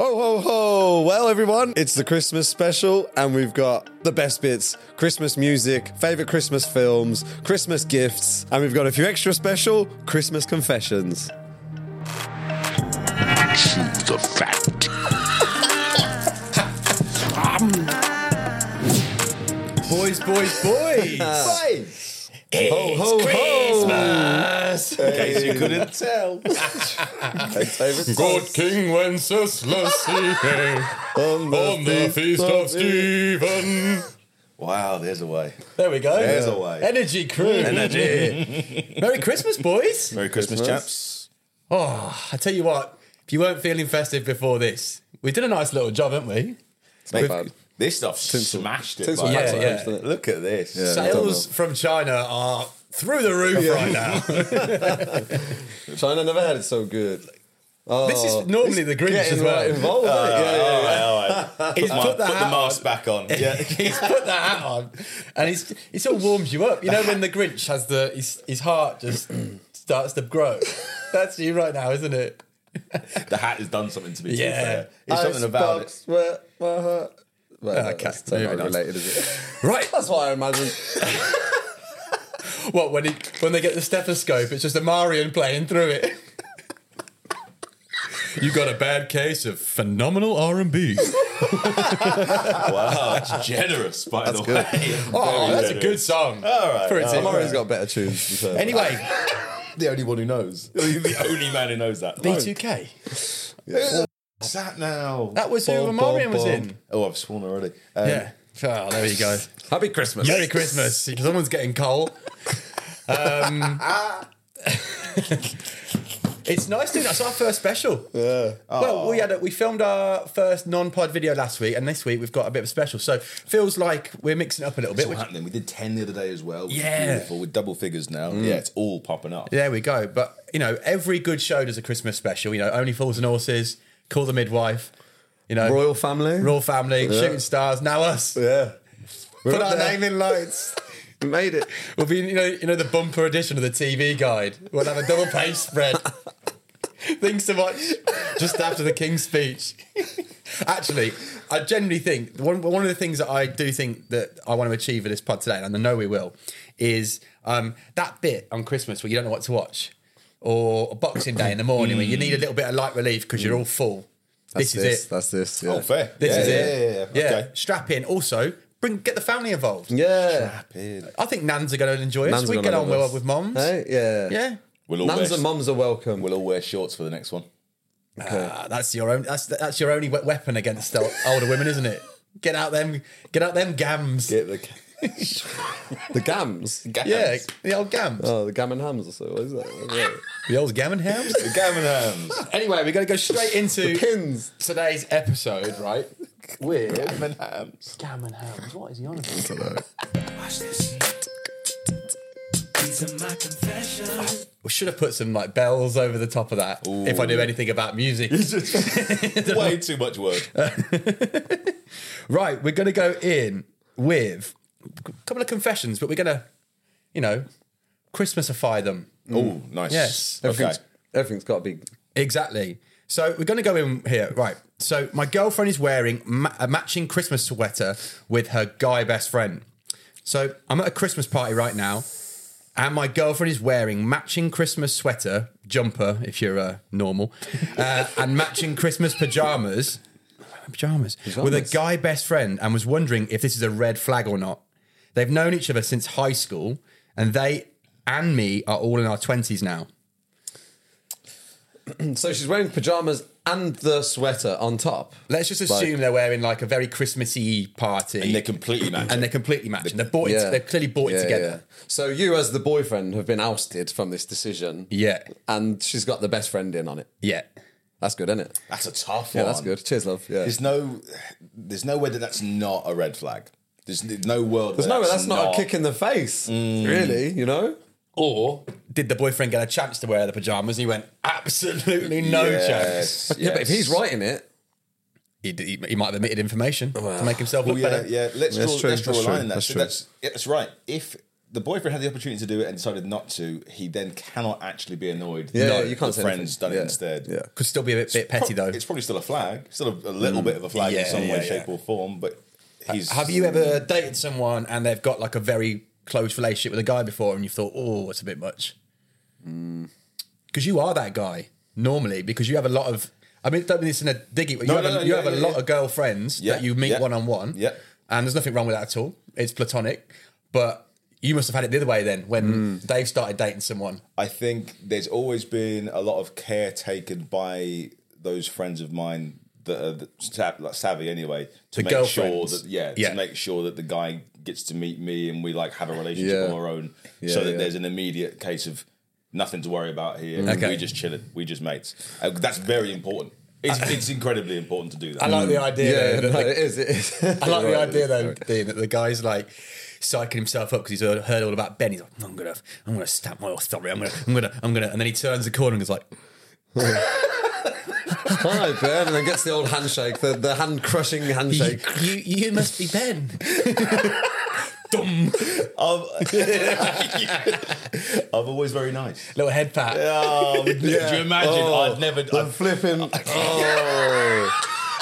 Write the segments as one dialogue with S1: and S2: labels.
S1: Ho ho ho! Well, everyone, it's the Christmas special, and we've got the best bits, Christmas music, favorite Christmas films, Christmas gifts, and we've got a few extra special Christmas confessions.
S2: Choose the fact.
S3: Boys, boys, boys.
S1: Hey! Ho ho ho!
S3: In case you couldn't tell.
S1: Thanks, David.
S2: God King Wenceslas on the feast of Stephen.
S3: Wow, there's a way. There we go.
S1: There's a way.
S3: Energy crew.
S1: Energy.
S3: Merry Christmas, boys.
S4: Merry Christmas, chaps.
S3: Oh, I tell you what, if you weren't feeling festive before this, we did a nice little job, haven't we?
S4: Mate,
S1: fun.
S4: this stuff smashed it.
S1: Tinsel
S4: like-
S3: Yeah, yeah.
S4: Look at this.
S3: Sales from China are through the roof right now.
S1: China never had it so good.
S3: this is normally the Grinch as
S1: Getting
S3: well.
S1: right involved.
S3: Oh,
S1: eh? yeah, yeah.
S4: All right, all right.
S3: He's
S4: Come on,
S3: put the hat on.
S4: mask back on. Yeah.
S3: he's put the hat on, and he's he sort of warms you up. You know when the Grinch has the his, his heart just starts to grow. That's you right now, isn't it?
S4: the hat has done something to me.
S3: Yeah.
S4: Yeah. It's something about it.
S1: Icebox where my heart- Well, no,
S3: Okay,
S1: that's totally
S3: moving
S1: not
S3: on.
S1: related, is it?
S3: Right.
S1: That's what I imagine.
S3: What when he when they get the stethoscope, it's just a Marion playing through it. You got a bad case of phenomenal R and B.
S4: Wow, that's generous, by the
S1: good.
S4: way.
S3: Oh,
S4: Very
S3: that's a good song.
S4: All right,
S3: For a
S4: all
S3: team.
S1: Murray's got better tunes. than her.
S3: Anyway,
S4: The only one who knows. the only man who knows that.
S3: B2K.
S4: What's that now?
S3: That was who Omarion was in.
S4: Oh, I've sworn already. Um,
S3: Yeah. Oh, there you go.
S1: Happy Christmas.
S3: Merry Christmas. Someone's getting coal. Um, it's nice doing that's our first special. Yeah. Well, we had a, we filmed our first non-pod video last week, and this week we've got a bit of a special. So feels like we're mixing up a little bit.
S4: It's all
S3: Which,
S4: happening. We did 10 the other day as well. which is
S3: Yeah.
S4: Beautiful. With double figures now. Yeah, it's all popping up.
S3: there we go. But you know, every good show does a Christmas special. You know, Only Fools and Horses, Call the Midwife. You know,
S1: Royal family.
S3: Royal Family, Shooting Stars. Now us.
S1: Yeah.
S3: Put
S1: up
S3: our
S1: there.
S3: name in lights.
S1: We made it.
S3: We'll be you know you know the bumper edition of the TV guide. We'll have a double page spread. Things to watch just after the King's speech. Actually, I generally think one one of the things that I do think that I want to achieve with this pod today, and I know we will, is um, that bit on Christmas where you don't know what to watch, or Boxing Day in the morning when you need a little bit of light relief because you're all full.
S1: That's
S3: this,
S1: this.
S3: is it.
S1: That's this. Yeah.
S4: Oh, fair.
S3: This
S4: yeah,
S3: is
S4: yeah,
S3: it.
S4: Yeah, yeah, yeah. Okay.
S3: Strap in. Also, bring get the family involved.
S1: Yeah.
S3: I think Nans are going to enjoy
S1: Nans
S3: us.
S1: are
S3: We
S1: gonna
S3: get
S1: love
S3: on well
S1: us.
S3: with moms.
S1: Hey, yeah.
S3: Yeah.
S4: We'll all,
S1: Nuns
S4: wear,
S1: and mums are welcome.
S4: we'll all wear shorts for the next one.
S3: Ah, that's your own. That's that's your only we- weapon against el- older women, isn't it? Get out them. Get out them gams.
S1: get the the gams.
S3: yeah, the old gams.
S1: Oh, the gammon hams or so. What is that? What is that?
S3: The old gammon hams.
S4: The gammon hams.
S3: anyway, we're going to go straight into
S1: Pins.
S3: today's episode, right? With
S4: gammon hams.
S3: gammon hams. What is he on about? We should have put some like bells over the top of that. If I knew anything about music,
S4: Way too much work.
S1: Uh,
S3: Right, we're going to go in with a couple of confessions, but we're going to, you know, Christmasify them.
S4: Oh, nice.
S3: Yes.
S4: Okay.
S1: Everything's, everything's got to be.
S3: Exactly. So we're going to go in here. Right. So my girlfriend is wearing ma- a matching Christmas sweater with her guy best friend. So I'm at a Christmas party right now, and my girlfriend is wearing matching Christmas sweater, jumper, if you're uh, normal, uh, and matching Christmas pajamas, pajamas, with a guy best friend, and was wondering if this is a red flag or not. They've known each other since high school, and they and me are all in our 20s now.
S1: So she's wearing pajamas and the sweater on top.
S3: Let's just assume they're wearing like a very Christmassy party,
S4: And they're completely matching.
S3: and they're completely matching. They're bought.
S1: Yeah.
S3: It, they're clearly bought it
S1: Yeah,
S3: together.
S1: yeah. So you, as the boyfriend, have been ousted from this decision.
S3: Yeah.
S1: And she's got the best friend in on it.
S3: Yeah.
S1: That's good, isn't it?
S4: That's a tough
S1: Yeah,
S4: one.
S1: that's good. Cheers, love. Yeah.
S4: There's no, there's no way that that's not a red flag. There's n- no world.
S1: There's no way that's not, a kick in the face. Really, you know?
S3: Or did the boyfriend get a chance to wear the pajamas? He went absolutely no chance.
S1: Yeah, but if he's writing it,
S3: He, d- he, he might have omitted information to make himself
S4: Well,
S3: look
S4: yeah,
S3: better.
S4: yeah. Let's
S1: That's
S4: draw,
S1: true,
S4: let's draw
S1: that's
S4: a
S1: true,
S4: line. in that.
S1: that's
S4: So
S1: true.
S4: That's, yeah, that's right. If the boyfriend had the opportunity to do it and decided not to, he then cannot actually be annoyed.
S1: Yeah,
S4: No,
S1: you can't
S4: the
S1: say
S4: friend's
S1: anything.
S4: done
S1: Yeah.
S4: it instead.
S1: Yeah.
S3: Could still be a bit, bit petty
S4: Pro-
S3: though.
S4: It's probably still a flag, still a, a
S1: Mm,
S4: little bit of a flag in
S3: Yeah,
S4: some
S3: yeah,
S4: way,
S3: yeah.
S4: shape, or form. But he's.
S3: Have you ever dated someone and they've got like a very close relationship with a guy before, and you thought, oh, it's a bit much?
S4: Mm.
S3: Because you are that guy normally, because you have a lot of. I mean, don't mean this in a diggy. But you
S4: No,
S3: have,
S4: no,
S3: a,
S4: no,
S3: you
S4: yeah,
S3: have a
S4: yeah,
S3: lot
S4: yeah.
S3: of girlfriends
S4: Yeah,
S3: that you meet
S4: yeah,
S3: one on one.
S4: yeah.
S3: and there's nothing wrong with that at all. It's platonic, but you must have had it the other way then when
S4: Mm.
S3: Dave started dating someone.
S4: I think there's always been a lot of care taken by those friends of mine that are that sav- like savvy anyway to
S3: The
S4: make
S3: girlfriends.
S4: sure that yeah,
S3: Yeah.
S4: to make sure that the guy gets to meet me and we like have a relationship
S1: Yeah.
S4: of our own,
S1: Yeah,
S4: so that
S1: yeah.
S4: there's an immediate case of nothing to worry about here.
S3: Okay.
S4: We just chilling, we just mates. Uh, that's very important. It's, it's incredibly important to do that.
S3: Uh, I like the idea.
S1: Yeah,
S3: that
S1: no,
S3: the-
S1: it is. It is.
S3: I like the idea though, Dean, that the guy's like psyching himself up because he's heard, heard all about Ben. He's like, I'm gonna, I'm gonna stamp my authority. I'm gonna, I'm gonna, I'm gonna, and then he turns the corner and is like,
S1: Hi, Ben, and then gets the old handshake, the, the hand crushing
S3: you,
S1: handshake.
S3: you, you must be Ben.
S4: Um, I'm always very nice.
S3: Little head pat.
S4: Oh, could you imagine? I'd never.
S1: The
S4: I'd,
S1: flipping. Oh.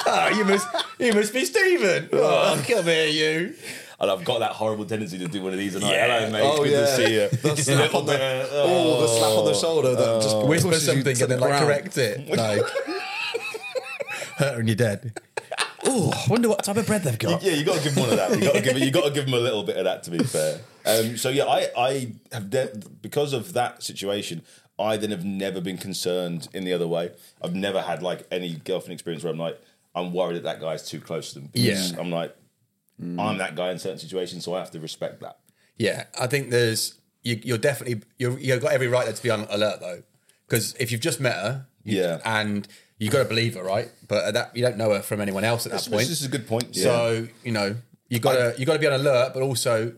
S3: Oh, you must, you must be Stephen. Oh, come here, you.
S4: and I've got that horrible tendency to do one of these. And
S3: Yeah.
S4: I, hello, mate.
S1: Oh,
S4: good
S1: yeah.
S4: to see you.
S1: The slap on the,
S4: bit,
S1: oh, the slap on the shoulder that just
S3: Whisper
S1: pushes you
S3: something
S1: to
S3: and
S1: the
S3: then like
S1: ground.
S3: correct it. Like, hurt her and you're dead. Oh, I wonder what type of bread they've got.
S4: Yeah, you got to give him one of that. You got to give it. You got to give him a little bit of that. To be fair. Um, so yeah, I I have de- because of that situation. I then have never been concerned in the other way. I've never had like any girlfriend experience where I'm like, I'm worried that that guy's too close to them. because
S3: Yeah.
S4: I'm like, I'm that guy in certain situations, so I have to respect that.
S3: Yeah, I think there's you, you're definitely you're, you've got every right there to be on alert though, because if you've just met her, you-
S4: Yeah.
S3: and you've got to believe her, right? But at that you don't know her from anyone else at that point.
S4: This is a good point.
S3: So you know you got to you got to be on alert, but also.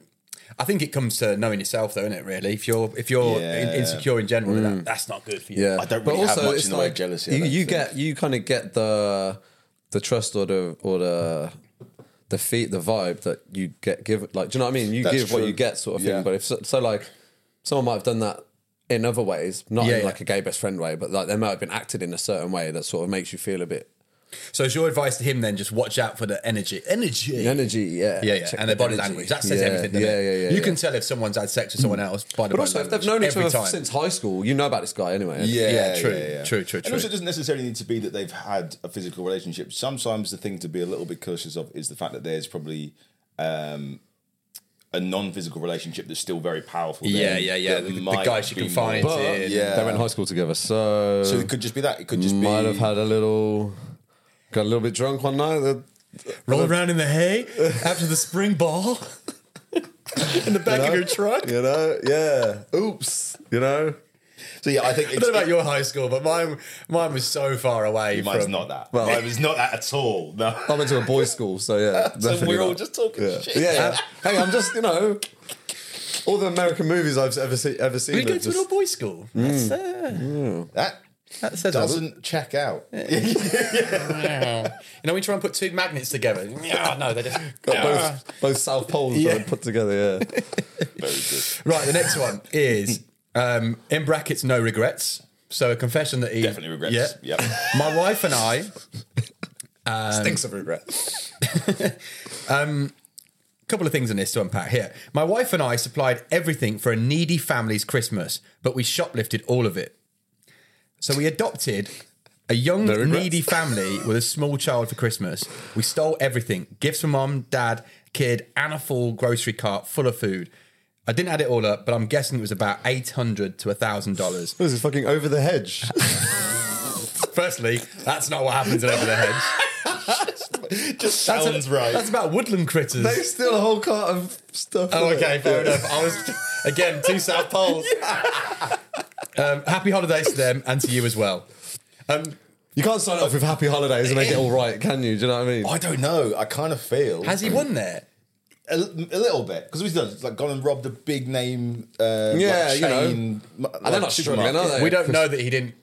S3: I think it comes to knowing yourself, though, isn't it? Really, if you're if you're in-
S4: Yeah.
S3: insecure in general, then that, that's not good for you.
S1: Mm. Yeah,
S4: I don't really have much
S1: it's
S4: in the way of jealousy, I
S1: You,
S4: don't
S1: you
S4: think.
S1: get you kind of get the the trust or the or the the feet the vibe that you get given. Like, do you know what I mean? You
S4: That's
S1: give what
S4: true.
S1: you get, sort of
S4: Yeah.
S1: thing. But if so, so, like someone might have done that in other ways, not
S3: Yeah,
S1: in
S3: yeah.
S1: like a gay best friend way, but like they might have been acted in a certain way that sort of makes you feel a bit
S3: So, is your advice to him then just watch out for the energy, energy,
S1: the energy. Yeah,
S3: yeah, yeah,
S1: Check
S3: and their body
S1: energy.
S3: language. That says
S1: Yeah,
S3: everything. doesn't
S1: yeah, yeah,
S3: it?
S1: yeah.
S3: You
S1: yeah. Mm.
S3: can tell if someone's had sex with someone else by the
S1: But also,
S3: body
S1: if they've
S3: language
S1: known each
S3: every
S1: other
S3: time.
S1: since high school, you know about this guy anyway.
S4: Yeah,
S3: Yeah, true, true, true,
S4: And also,
S3: true.
S4: it doesn't necessarily need to be that they've had a physical relationship. Sometimes the thing to be a little bit cautious of is the fact that there's probably um, a non-physical relationship that's still very powerful.
S3: Yeah,
S4: there
S3: yeah, yeah.
S4: that
S3: The- the
S4: might
S3: guy she
S4: be
S3: confides
S4: more-
S3: in.
S4: Yeah,
S1: They were in high school together, so,
S4: so it could just be that. It could just
S1: might
S4: be
S1: have had a little got a little bit drunk one night. The-
S3: Roll around in the hay after the spring ball in the back of your truck.
S1: You know, yeah. Oops. You know,
S4: So yeah, I think
S3: I
S4: it's,
S3: don't know about your high school, but mine mine was so far away.
S4: mine's
S3: from,
S4: not that.
S1: Well-
S4: mine was not that at all. No.
S1: I went to a boys' school, so yeah.
S4: So
S1: definitely
S4: we're all
S1: not.
S4: just talking
S1: Yeah.
S4: shit.
S1: yeah, yeah. hey, I'm just you know, all the American movies I've ever seen, ever seen.
S3: Did you go
S1: have
S3: to an all
S1: just-
S3: boys school? That's, uh,
S4: That
S3: that says
S4: doesn't check out.
S3: You know, we try and put two magnets together. Yeah, no, they just
S1: got both both South Poles
S3: Yeah.
S1: like, put together. Yeah.
S4: Very good.
S3: Right, the next one is um, in brackets, no regrets. So a confession that he
S4: Definitely regrets. Yep.
S3: Yeah. My wife and I
S1: Stinks of regret.
S3: couple of things on this to unpack here. My wife and I supplied everything for a needy family's Christmas, but we shoplifted all of it. So we adopted a young
S1: regrets.
S3: needy family with a small child for Christmas. We stole everything: gifts from mom, dad, kid, and a full grocery cart full of food. I didn't add it all up, but I'm guessing it was about eight hundred to thousand dollars.
S1: What is this fucking over the hedge?
S3: Firstly, that's not what happens in over the hedge.
S4: Just
S3: That's a-
S4: sounds right.
S3: That's about woodland critters.
S1: There's still a whole cart of stuff.
S3: Oh,
S1: in it.
S3: okay, fair enough. I was again two South Poles. Um, happy holidays to them and to you as well. Um,
S1: You can't sign off with Happy Holidays and make it all right, can you? Do you know what I mean?
S4: I don't know. I kind of feel
S3: has he won there?
S4: a, a little bit because we've done it's like gone and robbed a big name. Uh,
S1: Yeah,
S4: like
S1: you know.
S4: chain, m-
S1: And they're
S4: like
S1: not struggling,
S4: supermarket.
S1: are they?
S3: We don't know that he didn't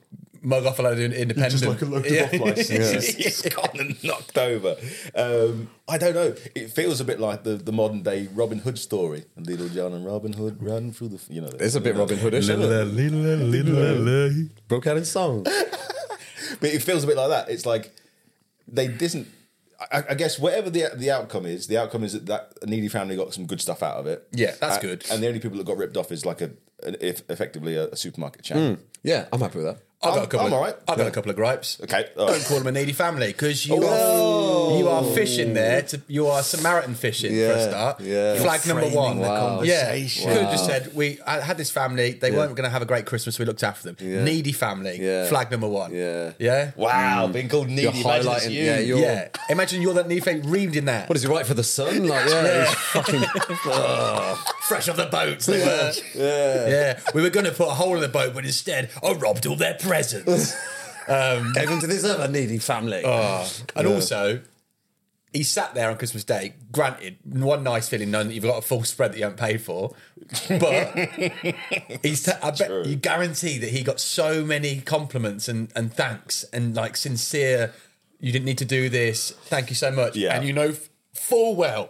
S3: mug off a load of independent.
S4: just like a load of
S3: Yeah.
S4: off licenses. He's gone and knocked over. Um, I don't know. It feels a bit like the, the modern day Robin Hood story. Little John and Robin Hood run through the. f- You know,
S1: It's a bit Robin Hoodish, isn't it?
S3: Little-
S1: Broke out in song.
S4: But it feels a bit like that. It's like they didn't. I, I guess whatever the the outcome is, the outcome is that that needy family got some good stuff out of it.
S3: Yeah, that's
S4: Uh,
S3: good.
S4: And the only people that got ripped off is like a, an, if effectively a, a supermarket chain.
S1: Yeah, I'm happy with that.
S3: I've got
S4: I'm-
S3: a couple.
S4: I'm
S3: of,
S4: all right.
S3: I've got a couple of gripes.
S4: Okay, all
S3: Don't
S4: right.
S3: call them a needy family because you are you are fishing there. To, you are Samaritan fishing for a
S1: Yeah,
S3: start.
S1: yeah.
S3: Flag number
S5: framing
S3: one.
S5: the Wow.
S3: Yeah,
S5: conversation.
S3: could have just said we I had this family. They weren't going to have a great Christmas. We looked after them. Needy family.
S1: Yeah.
S3: Flag number one.
S1: Yeah.
S3: yeah,
S4: Wow, being called needy.
S1: You're
S4: imagine it's
S1: highlighting.
S4: you.
S1: Yeah, you're.
S3: yeah. Imagine you're that needy family reamed in there.
S1: What is he right for the sun? Like, yeah, it's fucking.
S3: fresh off the boats. They were. Yeah. We were going to put a hole in the boat, but instead I robbed all their presents.
S1: Gave him to this other needy family.
S3: and also, he sat there on Christmas Day. Granted, one nice feeling knowing that you've got a full spread that you haven't paid for, but he's. T- I bet you guarantee that he got so many compliments and and thanks and like sincere. You didn't need to do this. Thank you so much.
S4: Yeah.
S3: And you know f- full well,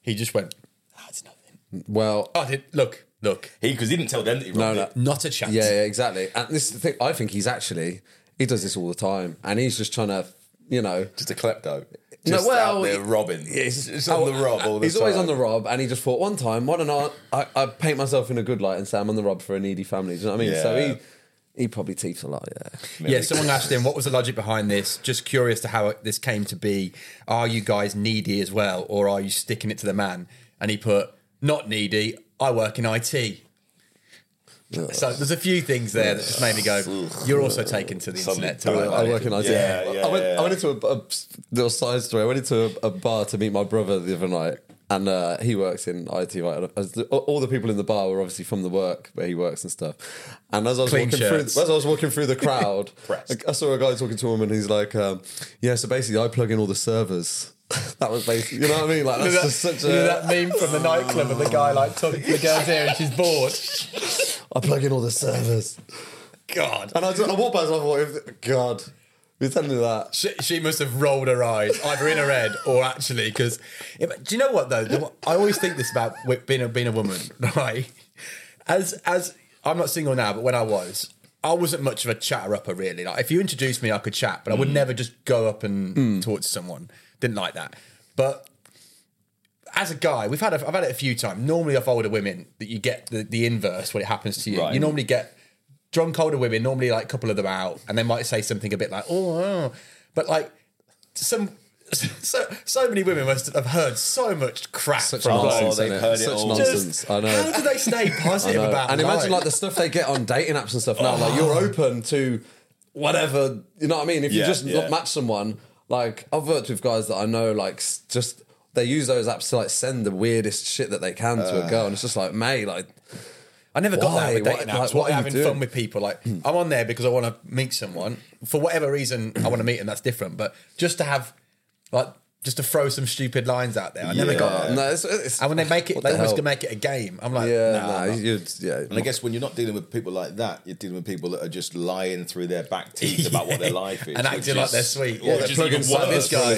S3: he just went. That's nothing.
S1: Well,
S3: I Oh, did. Look, look.
S4: He because he didn't tell them that he robbed
S1: no,
S4: it.
S1: no.
S3: Not a chance.
S1: Yeah, yeah, exactly. And this is the thing. I think he's actually he does this all the time, and he's just trying to, you know,
S4: Just a klepto. Just
S1: No, well,
S4: out there robbing.
S1: Yes.
S4: Just on the rob all the
S1: he's always
S4: time.
S1: on the rob, and he just thought one time, why don't I, I, I paint myself in a good light and say I'm on the rob for a needy family? Do you know what I mean?
S4: Yeah.
S1: So he he probably teeps a lot. Yeah.
S3: Yeah, someone asked him, what was the logic behind this? Just curious to how it, this came to be. Are you guys needy as well, or are you sticking it to the man? And he put, not needy, I work in IT. So there's a few things there that just made me go, you're also taken to the
S4: Some-
S3: internet.
S4: I
S3: Tonight,
S1: I work in IT.
S4: Yeah, yeah,
S1: I went,
S4: yeah.
S1: I went into a, a little side story. I went into a, a bar to meet my brother the other night, and uh, he works in IT. Right, And as the, all the people in the bar were obviously from the work where he works and stuff. And as I was
S3: Clean
S1: walking
S3: shirts.
S1: through, as I was walking through the crowd,
S4: Pressed.
S1: I, I saw a guy talking to a woman. He's like, um, "Yeah, so basically, I plug in all the servers." that was basically, you know what I mean? Like that's
S3: That,
S1: just such
S3: you know
S1: a.
S3: that meme from the nightclub of the guy like talking to the girl there and she's bored.
S1: I plug in all the servers,
S3: God,
S1: and I, just, I walked past. And I thought, if- God, you're telling me that.
S3: She, she must have rolled her eyes, either in her head or actually, because do you know what though? The- I always think this about wi- being a, being a woman, right? As as I'm not single now, but when I was, I wasn't much of a chatter upper really. Like if you introduced me, I could chat, but I would never just go up and talk to someone. Didn't like that. But as a guy, we've had a, I've had it a few times. Normally, off older women, that you get the, the inverse when it happens to you.
S4: Right.
S3: You normally get drunk older women, normally like a couple of them out, and they might say something a bit like, "Oh," oh." but like some. So so many women must have heard so much crap from
S4: nonsense.
S3: blokes.
S4: Oh, they've
S1: innit?
S4: heard it
S1: Such
S4: all.
S1: nonsense.
S3: Just-
S1: I know.
S3: How do they stay positive
S1: No,
S3: about
S1: and imagine
S3: life?
S1: like the stuff they get on dating apps and stuff now. Like you're open to whatever. You know what I mean? If you
S4: Yeah,
S1: just
S4: yeah.
S1: match someone, like I've worked with guys that I know, like s- just they use those apps to like send the weirdest shit that they can to a girl, and it's just like, mate, like
S3: I never got
S1: Why?
S3: that with dating
S1: What-
S3: apps.
S1: like,
S3: what
S1: what are you
S3: having
S1: doing? Hmm.
S3: fun with people? Like I'm on there because I want to meet someone for whatever reason I want to meet, and that's different. But just to have, like, just to throw some stupid lines out there, I never got. That.
S1: no, it's, it's,
S3: And when they make it,
S1: what
S3: they
S1: the
S3: almost
S1: hell?
S3: can make it a game. I'm like,
S1: yeah,
S3: nah,
S1: nah,
S3: nah.
S1: you'd- yeah.
S4: And I guess when you're not dealing with people like that, you're dealing with people that are just lying through their back teeth about what their life is
S3: and
S4: which
S3: acting like
S4: is-
S3: they're sweet.
S4: Or they're
S3: Yeah.
S4: plugging
S1: Plug in servers
S3: this
S1: for a
S3: guy.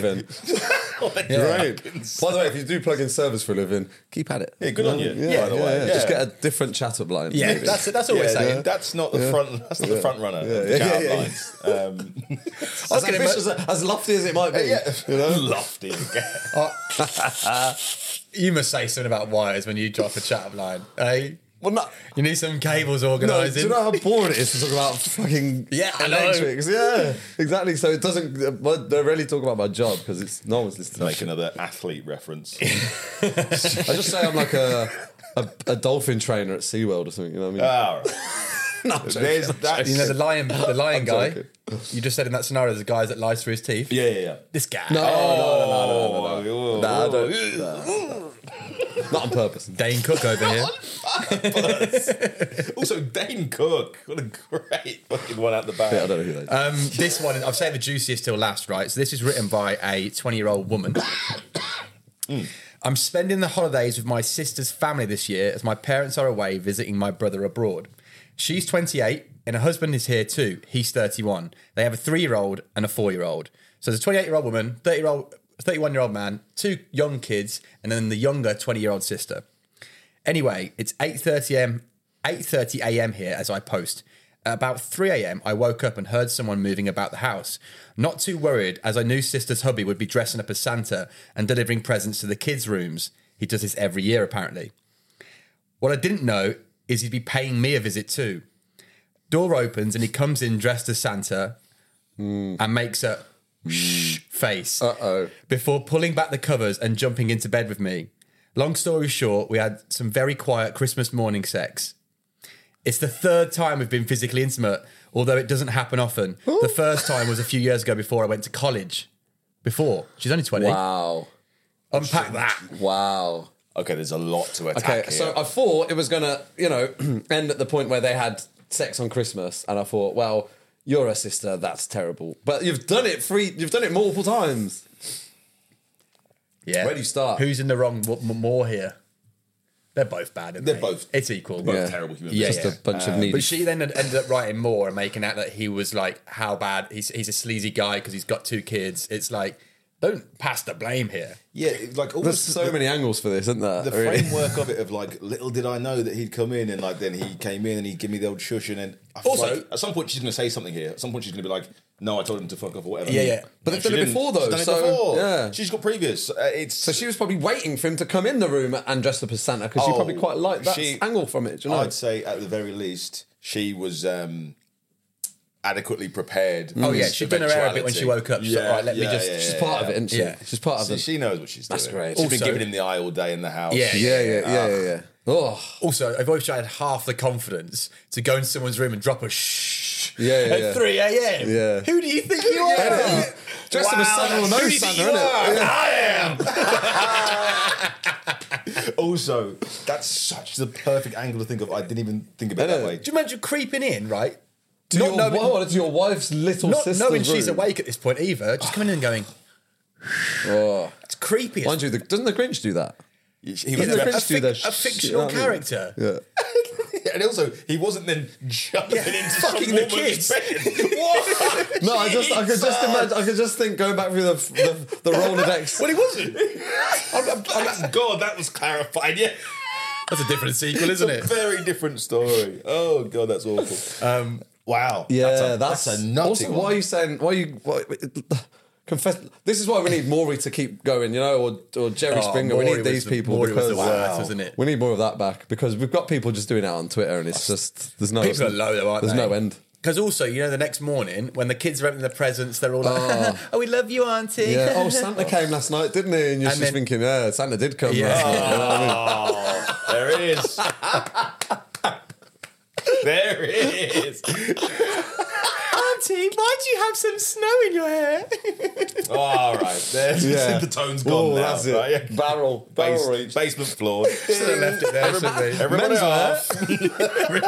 S1: living. Great. By the way, if you do plug in servers for a living, keep at it.
S4: Yeah, good on you.
S1: Yeah,
S4: by the
S1: yeah,
S4: way,
S1: yeah.
S4: Yeah.
S1: just get a different chat up line.
S3: Yeah,
S1: maybe.
S3: that's it. That's all we're
S4: Yeah,
S3: saying.
S4: That's not the front. That's not the front runner. of
S1: yeah,
S4: the chat
S1: yeah, yeah.
S4: lines. Um,
S1: as,
S3: can
S1: ambitious, as lofty as it might be.
S4: yeah, lofty.
S3: You must say something about wires when you drop a chat up line, eh?
S1: Well, no,
S3: You need some cables
S1: No, do you
S3: organising.
S1: know how boring it is to talk about fucking
S3: Yeah, I know.
S1: electrics? Yeah, exactly. So it doesn't. But they rarely talk about my job because it's no one's listening.
S4: Make another athlete reference.
S1: I just say I'm like a, a a dolphin trainer at SeaWorld or something. You know what I mean?
S4: All Ah, right. There's that.
S3: You know the lion, the lion guy.
S1: joking.
S3: You just said in that scenario, the guy that lies through his teeth.
S4: yeah, yeah, yeah.
S3: This guy.
S1: no,
S4: Oh, oh,
S1: no, no, no, no, no, no, I
S4: oh.
S1: don't- no, no. Not on purpose.
S3: Dane Cook over here.
S4: Also, Dane Cook. What a great fucking one out the
S1: Yeah, I
S4: bag.
S1: don't know who they. Are.
S3: Um, this one, I've saved the juiciest till last, right? So this is written by a 20 year old woman. I'm spending the holidays with my sister's family this year as my parents are away visiting my brother abroad. She's 28 and her husband is here too. He's 31. They have a three year old and a four year old. So there's a 28 year old woman, 30 year old, 31 year old man, two young kids, and then the younger 20 year old sister. Anyway, it's 8:30 a.m. 8:30 a.m. here as I post. At about 3 a.m., I woke up and heard someone moving about the house. Not too worried, as I knew sister's hubby would be dressing up as Santa and delivering presents to the kids' rooms. He does this every year, apparently. What I didn't know is he'd be paying me a visit too. Door opens and he comes in dressed as Santa and makes a shh face
S1: Hmm. Uh-oh.
S3: before pulling back the covers and jumping into bed with me. Long story short, we had some very quiet Christmas morning sex. It's the third time we've been physically intimate, although it doesn't happen often. The first time was a few years ago before I went to college. Before. She's only 20.
S1: Wow.
S3: Unpack that.
S1: Wow.
S4: Okay, there's a lot to attack
S1: Okay,
S4: here.
S1: so I thought it was gonna, you know, end at the point where they had sex on Christmas, and I thought, well, you're a sister, that's terrible. But you've done it three, you've done it multiple times.
S3: Yeah.
S1: Where do you start?
S3: Who's in the wrong w- m- more here? They're both bad. Aren't
S4: They're
S3: they?
S4: both-
S3: It's equal.
S4: both terrible human
S3: Yeah,
S4: beings.
S3: yeah. Um,
S1: Just a bunch of needy.
S3: But she then ended up writing more and making out that he was like, how bad he's, he's a sleazy guy because he's got two kids. It's like, don't pass the blame here.
S4: Yeah, it- like all
S1: There's so many angles for this, isn't there?
S4: the
S1: really?
S4: framework of it of like little did I know that he'd come in and like then he came in and he'd give me the old shush and then I feel
S3: Also-
S4: like at some point she's gonna say something here. At some point she's gonna be like, no, I told him to fuck off or whatever.
S3: Yeah, yeah.
S1: But they've done
S4: And she
S1: it
S4: didn't.
S1: before, though,
S4: She's done it
S1: so,
S4: before.
S1: yeah.
S4: she's got previous. Uh, it's
S1: So she was probably waiting for him to come in the room and dress up as Santa because she
S4: Oh,
S1: probably quite liked that
S4: she-
S1: angle from it. Do you know?
S4: I'd say at the very least she was um, adequately prepared.
S3: Oh, yeah, she'd done her hair a bit when she woke up. She's like, "Right, let me just-
S1: she's part of it, isn't she?
S3: Yeah.
S1: She's part of
S4: So
S1: it.
S4: she knows what she's doing.
S1: That's great.
S4: She's
S3: Also-
S4: been giving him the eye all day in the house.
S3: Yeah,
S1: yeah, yeah,
S4: Ah.
S1: yeah, yeah, yeah. Oh,
S3: Also, I've always had half the confidence to go into someone's room and drop a shh
S1: Yeah, yeah,
S3: at
S1: yeah.
S3: 3 a.m.
S1: Yeah.
S3: Who do you think you are?
S1: Yeah. Dressed up as
S3: Wow,
S1: Santa will know
S3: who do you think
S1: Santa,
S3: you
S1: innit?
S3: are?
S4: Also, that's such the perfect angle to think of. I didn't even think about it that
S1: know.
S4: way.
S3: Do you imagine creeping in, right?
S1: To
S3: Not
S1: your,
S3: knowing-
S1: wa- to your wife's little
S3: Not
S1: sister's
S3: knowing she's
S1: room.
S3: awake at this point either, just coming in and going,
S1: Oh.
S3: it's creepy. as
S1: Mind you, the, doesn't the Grinch do that?
S4: He was
S1: Yeah, the Grinch
S4: dressed-
S3: a,
S1: do
S3: fic-
S1: the
S3: a
S1: shit
S3: fictional
S1: out of it.
S3: character.
S1: Yeah.
S4: and also, he wasn't then jumping
S3: Yeah,
S4: into
S3: fucking
S4: fucking
S3: the
S4: the kids.
S3: kids.
S4: Bed. what?
S1: No, I just, I could just imagine, I could just think going back through the the, the Rolodex.
S3: Well, he wasn't. I'm, I'm, I'm,
S4: Thank God, that was clarified. Yeah,
S3: that's a different sequel, isn't it?
S4: very different story. Oh God, that's awful. Um, wow.
S1: yeah,
S4: that's a, that's a nutty
S1: also,
S4: one.
S1: Why are you saying? Why are you why, confess? This is why we need Maury to keep going, you know, or or Jerry
S3: Oh,
S1: Springer.
S3: Maury
S1: we need
S3: was
S1: these
S3: the-
S1: people
S3: Maury was
S1: because
S3: the worst, wasn't it?
S1: we need more of that back because we've got people just doing it on Twitter and it's just there's no
S3: People are low though, aren't
S1: there's
S3: they?
S1: no end.
S3: Because also, you know, the next morning when the kids are opening their presents, they're all like, "Oh, we love you, auntie."
S1: Yeah. Oh, Santa came last night, didn't he? And you're just
S3: then-
S1: thinking, yeah, Santa did come
S3: Yeah.
S1: last night. You know what I mean?
S4: Oh, there it is. there it is.
S3: auntie, why do you have some snow in your hair?
S4: All right, there's
S1: Yeah.
S4: the tone's gone
S1: Oh,
S4: now.
S1: that's it.
S4: right? Yeah.
S1: Barrel,
S4: Base-
S1: barrel reach.
S4: basement floor.
S3: Should have left it there, shouldn't
S4: Everybody
S1: Men's wear.
S4: off.
S3: we?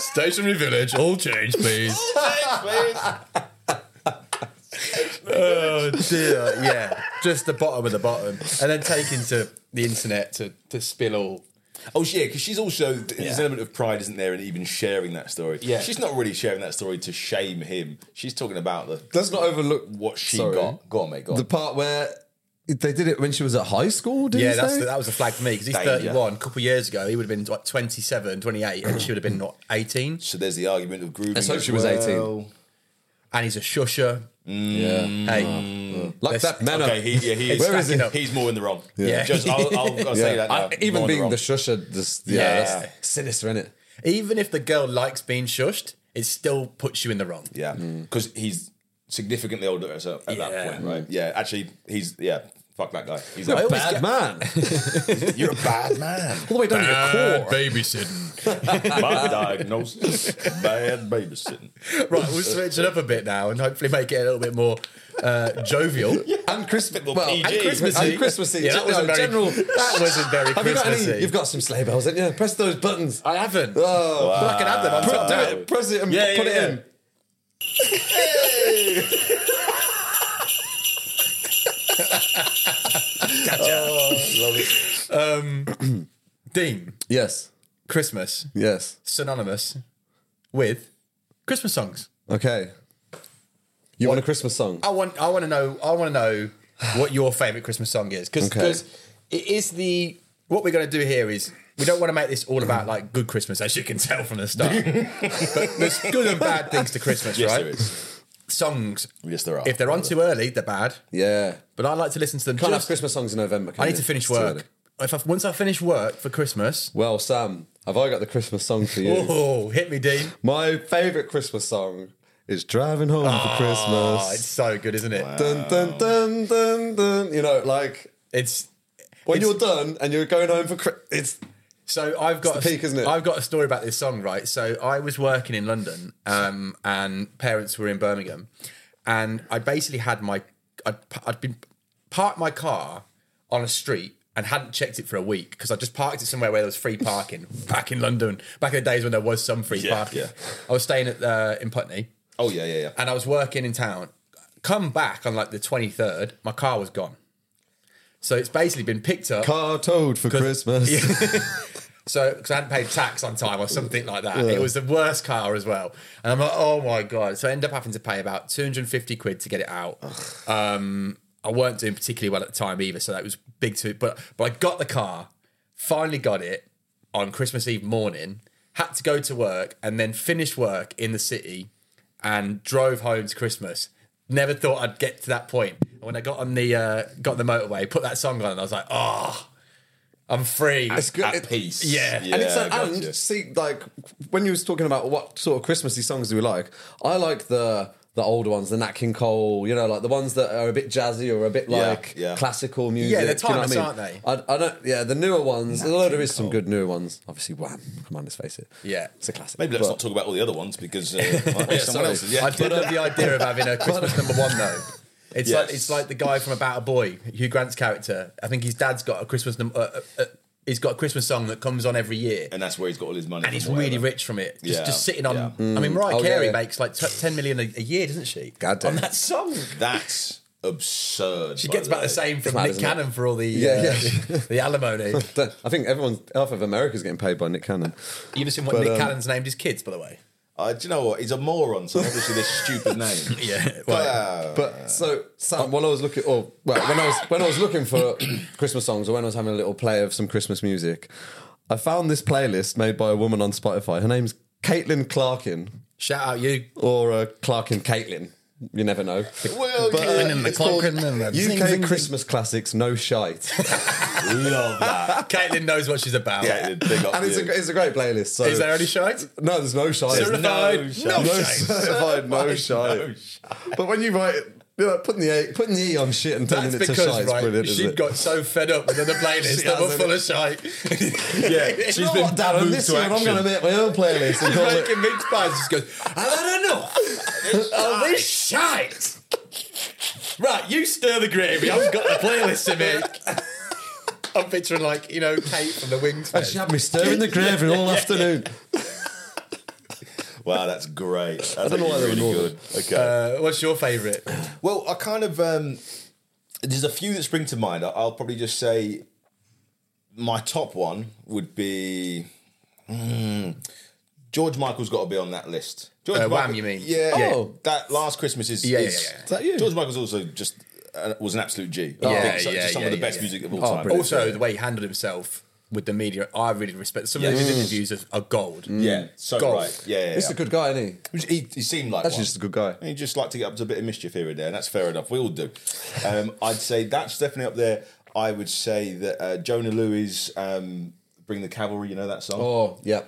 S3: Stationary village, all change, please. oh dear, yeah, just the bottom of the bottom, and then taken to the internet to to spill all.
S4: Oh, yeah, because she's also there's an element of pride, isn't there, in even sharing that story.
S3: Yeah.
S4: she's not really sharing that story to shame him. She's talking about the
S1: Let's not overlook
S4: what she
S1: Sorry.
S4: got. Go on, mate. Go on.
S1: the part where they did it when she was at high school. Did
S3: Yeah,
S1: you
S3: that's
S1: say?
S3: the, that was a flag for me because he's
S4: Danger.
S3: 31. A couple of years ago, he would have been like 27, 28, and she would have been not 18.
S4: so there's the argument of grooming.
S1: Let's hope
S4: as
S1: she was 18.
S4: well.
S3: And he's a shusher.
S1: yeah.
S3: Hey,
S1: Like that man.
S4: Okay, he, yeah, he is,
S1: Where is he?
S4: He's more in the wrong.
S3: Yeah.
S4: Just, I'll, I'll, I'll say that. Now.
S1: I- even
S4: More in
S1: being
S4: wrong.
S1: the shusher, just yeah,
S3: Yeah.
S1: that's sinister, isn't it?
S3: even if the girl likes being shushed, it still puts you in the wrong.
S4: yeah,
S1: Hmm.
S4: because he's significantly older at, so- at
S3: Yeah.
S4: that point, right? Yeah, actually, he's yeah. Fuck that guy. He's
S1: You're
S4: like,
S1: a
S3: always
S1: bad
S3: get-
S1: man. All
S4: you're a bad man.
S1: the way down to your core.
S3: babysitting.
S4: Bad diagnosis. Bad babysitting.
S3: right, we'll switch it up a bit now and hopefully make it a little bit more uh, jovial.
S1: And Christmas,
S4: Little
S1: well,
S4: PG.
S1: and
S3: And Christmasy.
S1: And Christmassy.
S3: Yeah, that was
S1: No,
S3: a very,
S1: general-
S3: that wasn't very
S1: Have you got
S3: Christmassy.
S1: any? You've got some sleigh bells, haven't you? Press those buttons.
S3: I haven't.
S1: Oh,
S3: But I can have them. I'm
S1: put-
S3: sorry.
S1: do it. Press it and
S3: Yeah,
S1: put
S3: yeah,
S1: it
S3: yeah.
S1: in.
S3: Dean,
S1: Yes.
S3: Christmas
S1: Yes.
S3: synonymous with Christmas songs.
S1: Okay. You want a Christmas song?
S3: I want I want to know I want to know what your favorite Christmas song is because
S1: Okay.
S3: it is the what we're going to do here is we don't want to make this all about like good Christmas as you can tell from the start. but there's good and bad things to Christmas,
S4: Yes,
S3: right?
S4: there is.
S3: Songs.
S4: Yes, there are.
S3: If they're on too early, they're bad.
S1: Yeah.
S3: But I like to listen to them.
S1: Can't have
S3: just-
S1: Christmas songs in November. Can
S3: I need
S1: you?
S3: to finish
S1: It's too early.
S3: work. If I, once I finish work for Christmas,
S1: Well, Sam, have I got the Christmas song for you?
S3: oh, hit me, Dean.
S1: My favourite Christmas song is "Driving Home for
S3: Oh, it's
S1: Christmas."
S3: so good, isn't it?
S1: Dun, dun, dun, dun, dun. You know, like
S3: It's
S1: when
S3: It's-
S1: you're done and you're going home for Christmas. It's
S3: So I've got
S1: the peak, isn't it?
S3: I've got a story about this song, right? So I was working in London, um, and parents were in Birmingham, and I basically had my I'd, I'd been parked my car on a street and hadn't checked it for a week because I just parked it somewhere where there was free parking back in London, back in the days when there was some free
S4: Yeah,
S3: parking.
S4: yeah.
S3: I was staying at uh, in Putney,
S4: Oh yeah, yeah, yeah.
S3: and I was working in town. Come back on like the twenty third, my car was gone. So it's basically been picked up.
S1: car towed for Christmas.
S3: So, because I hadn't paid tax on time or something like that. It was the worst car as well. And I'm like, oh my God. So I ended up having to pay about 250 quid to get it out. Um, I weren't doing particularly well at the time either. So that was big too. But, but I got the car, finally got it on Christmas Eve morning, had to go to work and then finished work in the city and drove home to Christmas. Never thought I'd get to that point. And when I got on the uh, got on the motorway, put that song on, and I was like, "Oh, I'm free."
S1: It's good.
S4: At
S1: It-
S4: peace.
S3: Yeah. And
S1: and it's like,
S4: gotcha.
S1: and see, like when you was talking about what sort of Christmassy songs do we like, I like the the older ones, the Nat King Cole, you know, like the ones that are a bit jazzy or a bit
S4: Yeah,
S1: like
S4: yeah.
S1: classical music.
S3: they're
S1: do you know what
S3: timeless, aren't
S1: I
S3: they?
S1: mean? I, I don't. Yeah, the newer ones. although there
S4: King
S1: is some
S4: Cole.
S1: good newer ones. Obviously, Wham. Come on, let's face it.
S3: Yeah.
S1: it's a classic.
S4: Maybe let's
S1: but-
S4: not talk about all the other ones because uh, might be someone
S1: sorry.
S4: else. Yeah.
S3: I do love the idea of having a Christmas number one though. It's
S4: Yes.
S3: like it's like the guy from About a Boy, Hugh Grant's character. I think his dad's got a Christmas number. Uh, uh, uh, he's got a Christmas song that comes on every year, and,
S4: and that's where he's got all his money. from,
S3: he's
S4: whatever.
S3: really rich from it. Just,
S4: Yeah.
S3: just sitting on.
S4: Yeah.
S3: I mean, Mariah
S1: Oh, yeah,
S3: Carey
S1: yeah.
S3: makes like t- ten million a, a year, doesn't she?
S1: God damn.
S3: On that song,
S4: That's absurd.
S3: she gets about the same from
S1: mad,
S3: Nick
S1: isn't it?
S3: Cannon for all the
S1: Yeah,
S3: uh,
S1: yeah.
S3: the alimony.
S1: I think everyone, half of America's getting paid by Nick Cannon.
S3: You listen what
S1: But,
S3: Nick
S1: um,
S3: Cannon's named his kids, by the way.
S4: Uh, do you know what? He's a moron. So obviously this stupid name.
S3: Yeah,
S4: Wow.
S1: But so
S3: Oh.
S1: Sam, while I was looking, or well, when I was when I was looking for Christmas songs, or when I was having a little play of some Christmas music, I found this playlist made by a woman on Spotify. Her name's Caitlin Clarkin,
S3: shout out you.
S1: or uh, Clarkin Caitlin. You never know.
S4: well,
S1: But,
S4: yeah.
S1: uh,
S3: and the
S1: it's called
S3: Clarkin and the
S1: UK
S3: zing, zing,
S1: Christmas classics, no shite,
S4: love that.
S3: Caitlin knows what she's about.
S4: Yeah, big up
S1: and it's
S4: you.
S1: a it's a great playlist. So
S3: Is there any shite?
S1: no, there's no shite.
S3: There's Certified
S4: no
S1: no
S4: shite.
S1: certified no shite. But when you write, you know, putting the A- putting the e on shit and turning
S3: That's
S1: it to shite
S3: because
S1: is brilliant.
S3: right,
S1: is
S3: she
S1: it?
S3: got so fed up with other playlists
S1: She
S3: that were
S1: has,
S3: full of shite. yeah,
S4: she's
S1: You know what, Darren,
S4: moved
S1: this
S4: to
S1: year I'm
S4: action.
S1: going to make my own playlist and call it.
S3: making mince pies. Just goes, I've had enough of this shite. Right, you stir the gravy. I've got the playlist to make. I'm picturing like you know Kate from the Wings.
S1: She had me stirring the gravy all afternoon.
S4: Wow, that's great. That's I
S1: don't know why they were
S4: really
S1: Northern.
S4: good. Okay.
S3: Uh, what's your favourite?
S4: well, I kind of um, there's a few that spring to mind. I- I'll probably just say my top one would be mm, George Michael's got to be on that list. George
S3: Uh, Wham, you mean?
S4: Yeah.
S1: Oh.
S4: That last Christmas is
S3: Yeah, yeah,
S4: is-
S3: yeah. Is
S1: that you?
S4: George Michael's also just. Uh, was an absolute G. I
S3: Yeah,
S4: think so-
S3: yeah,
S4: just some of
S3: yeah,
S4: the best
S3: yeah.
S4: music of all
S1: Oh,
S4: time.
S1: brilliant.
S3: Also, the way he handled himself with the media, I really respect. Some of
S4: Yes.
S3: his interviews are, are gold.
S4: Yeah, so
S3: Golf.
S4: right. Yeah, yeah,
S1: He's a
S4: yeah.
S1: good guy, isn't he?
S4: He, he seemed like
S1: That's
S4: one.
S1: just a good guy.
S4: And you just like to get up to a bit of mischief here and there, and that's fair enough. We all do. Um, I'd say that's definitely up there. I would say that uh, Jonah Louis, um, "Bring the Cavalry," you know that song.
S1: Oh, yeah.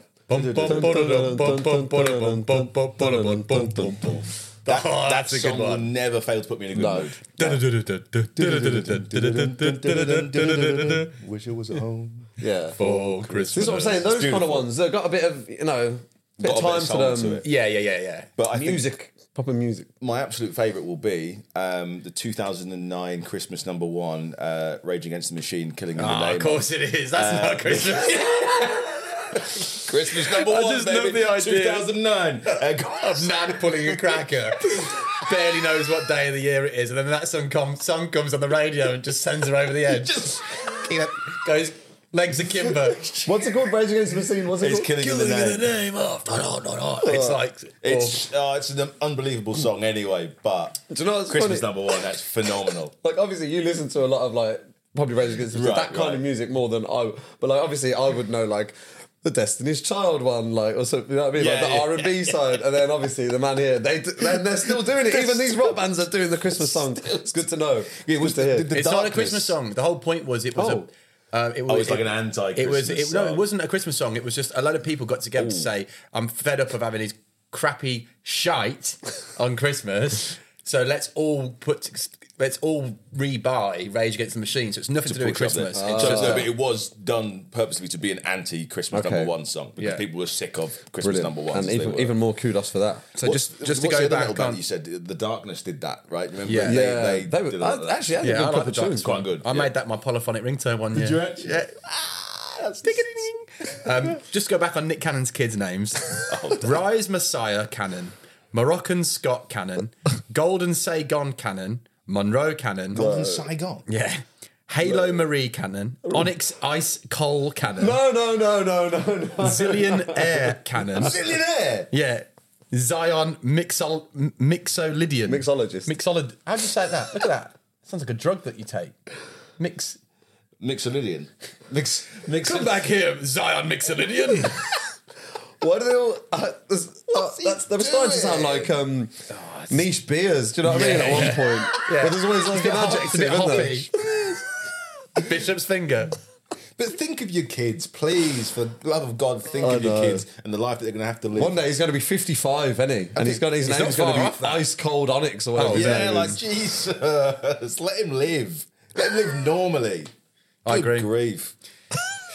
S4: that,
S3: Oh,
S4: that
S3: that's a good
S4: song will
S3: one.
S4: never fail to put me in a good
S1: No.
S4: mood.
S3: For
S4: Wish it was at home.
S1: Yeah.
S3: Christmas.
S1: This is what I'm saying. Those kind of
S4: beautiful.
S1: ones, they've got a bit of, you know, bit
S4: Got
S1: of
S4: a bit
S1: time
S4: of
S1: to
S4: soul
S1: them.
S4: to it.
S3: Yeah, yeah, yeah, yeah.
S4: But I think
S1: Music, proper music.
S4: my absolute favourite will be um, the 2009 Christmas number one, uh, "Rage Against the Machine," killing in the
S3: Ah,
S4: name.
S3: of Uh, course it is. That's not Christmas.
S4: Christmas number
S3: I
S4: one,
S3: just love
S4: baby.
S3: the idea.
S4: 2009. Uh, go on.
S3: Nan pulling a cracker. Barely knows what day of the year it is, and then that song, com- song comes on the radio and just sends her over the edge.
S4: Just-
S3: You know, goes legs akimbo.
S1: What's it called? Rage Against the Machine. What's it
S4: It's
S1: called?
S4: killing, in the name.
S3: name Oh, of no, no, no. Oh. It's like
S4: It's oh, it's an unbelievable song anyway, but
S1: Do you know what's
S4: Christmas
S1: funny?
S4: number one, that's phenomenal.
S1: Like obviously you listen to a lot of like probably Rage Against the Machine,
S4: Right,
S1: that kind
S4: right.
S1: of music more than I. But like obviously I would know like the Destiny's Child one, like or something. You know what I mean? like
S4: Yeah,
S1: the
S4: yeah,
S1: R and B side, and then obviously the man here. They d- and they're still doing it. Even these rock bands are doing the Christmas song. It's good to know. It was to hear.
S4: the-
S3: it's not a Christmas song. The whole point was it was
S1: Oh.
S3: a. Um, it was,
S4: it's like an
S3: It
S4: anti-Christmas
S3: was. It, no, it
S4: song.
S3: wasn't a Christmas song. It was just a lot of people got together to say, "I'm fed up of having these crappy shite on Christmas, so let's all put." Let's all rebuy Rage Against the Machine. So it's nothing to, do with
S4: push up there.
S3: Christmas. Ah.
S4: It's
S3: It's
S4: just- no,
S3: just
S4: but it was done purposely to be an anti-Christmas
S1: Okay.
S4: number one song because
S3: Yeah.
S4: people were sick of Christmas
S1: Brilliant.
S4: number one.
S1: and even, even more kudos for that.
S3: so just just to
S4: What's the
S3: go
S4: other metal
S3: back
S4: band
S3: on.
S4: you said the Darkness did that, right? Remember?
S3: Yeah.
S4: they,
S1: yeah,
S4: they,
S1: they were-
S4: did a lot of
S1: I,
S4: that.
S1: actually I had a
S3: Yeah,
S1: good
S3: I like
S1: couple
S3: the
S1: of
S3: Dark
S1: tunes.
S4: Quite good.
S3: I made that my polyphonic ringtone one year.
S4: you actually?
S3: Yeah.
S4: Ah,
S3: Um, just go back on Nick Cannon's kids' names.
S1: Oh,
S3: Rise Messiah Cannon, Moroccan Scott Cannon, Golden Saigon Cannon, Monroe Cannon,
S4: in Saigon.
S3: yeah, Halo Marie Cannon, Onyx Ice Coal Cannon,
S1: No, no, no, no, no, no.
S3: Zillion Air Cannon,
S4: Millionaire.
S3: yeah, Zion Mixol M- Mixolydian
S1: Mixologist.
S3: Mixolid. How do you say that? Look at that. Sounds like a drug that you take. Mix.
S4: Mixolydian.
S1: Mix. Mix.
S3: Come back here, Zion Mixolydian.
S1: Why do they all? Uh, this, uh, that's, they were starting to sound like um,
S4: Oh,
S1: niche beers. Do you know what I mean? At one point, but there's always like an adjective, isn't there?
S3: Bishop's finger.
S4: But think of your kids, please. For the love of God, think
S1: I
S4: of your
S1: know.
S4: kids and the life that they're going to have to live.
S1: One day he's going to be 55, isn't he? And he's got his
S3: he's
S1: name's
S3: not
S1: going
S3: far
S1: to
S3: off
S1: be
S3: that.
S1: Ice Cold Onyx or whatever. his
S4: Oh, yeah,
S1: name
S4: like
S1: is.
S4: Jesus, let him live. Let him live normally.
S3: I
S4: Good
S3: agree.
S4: Grief.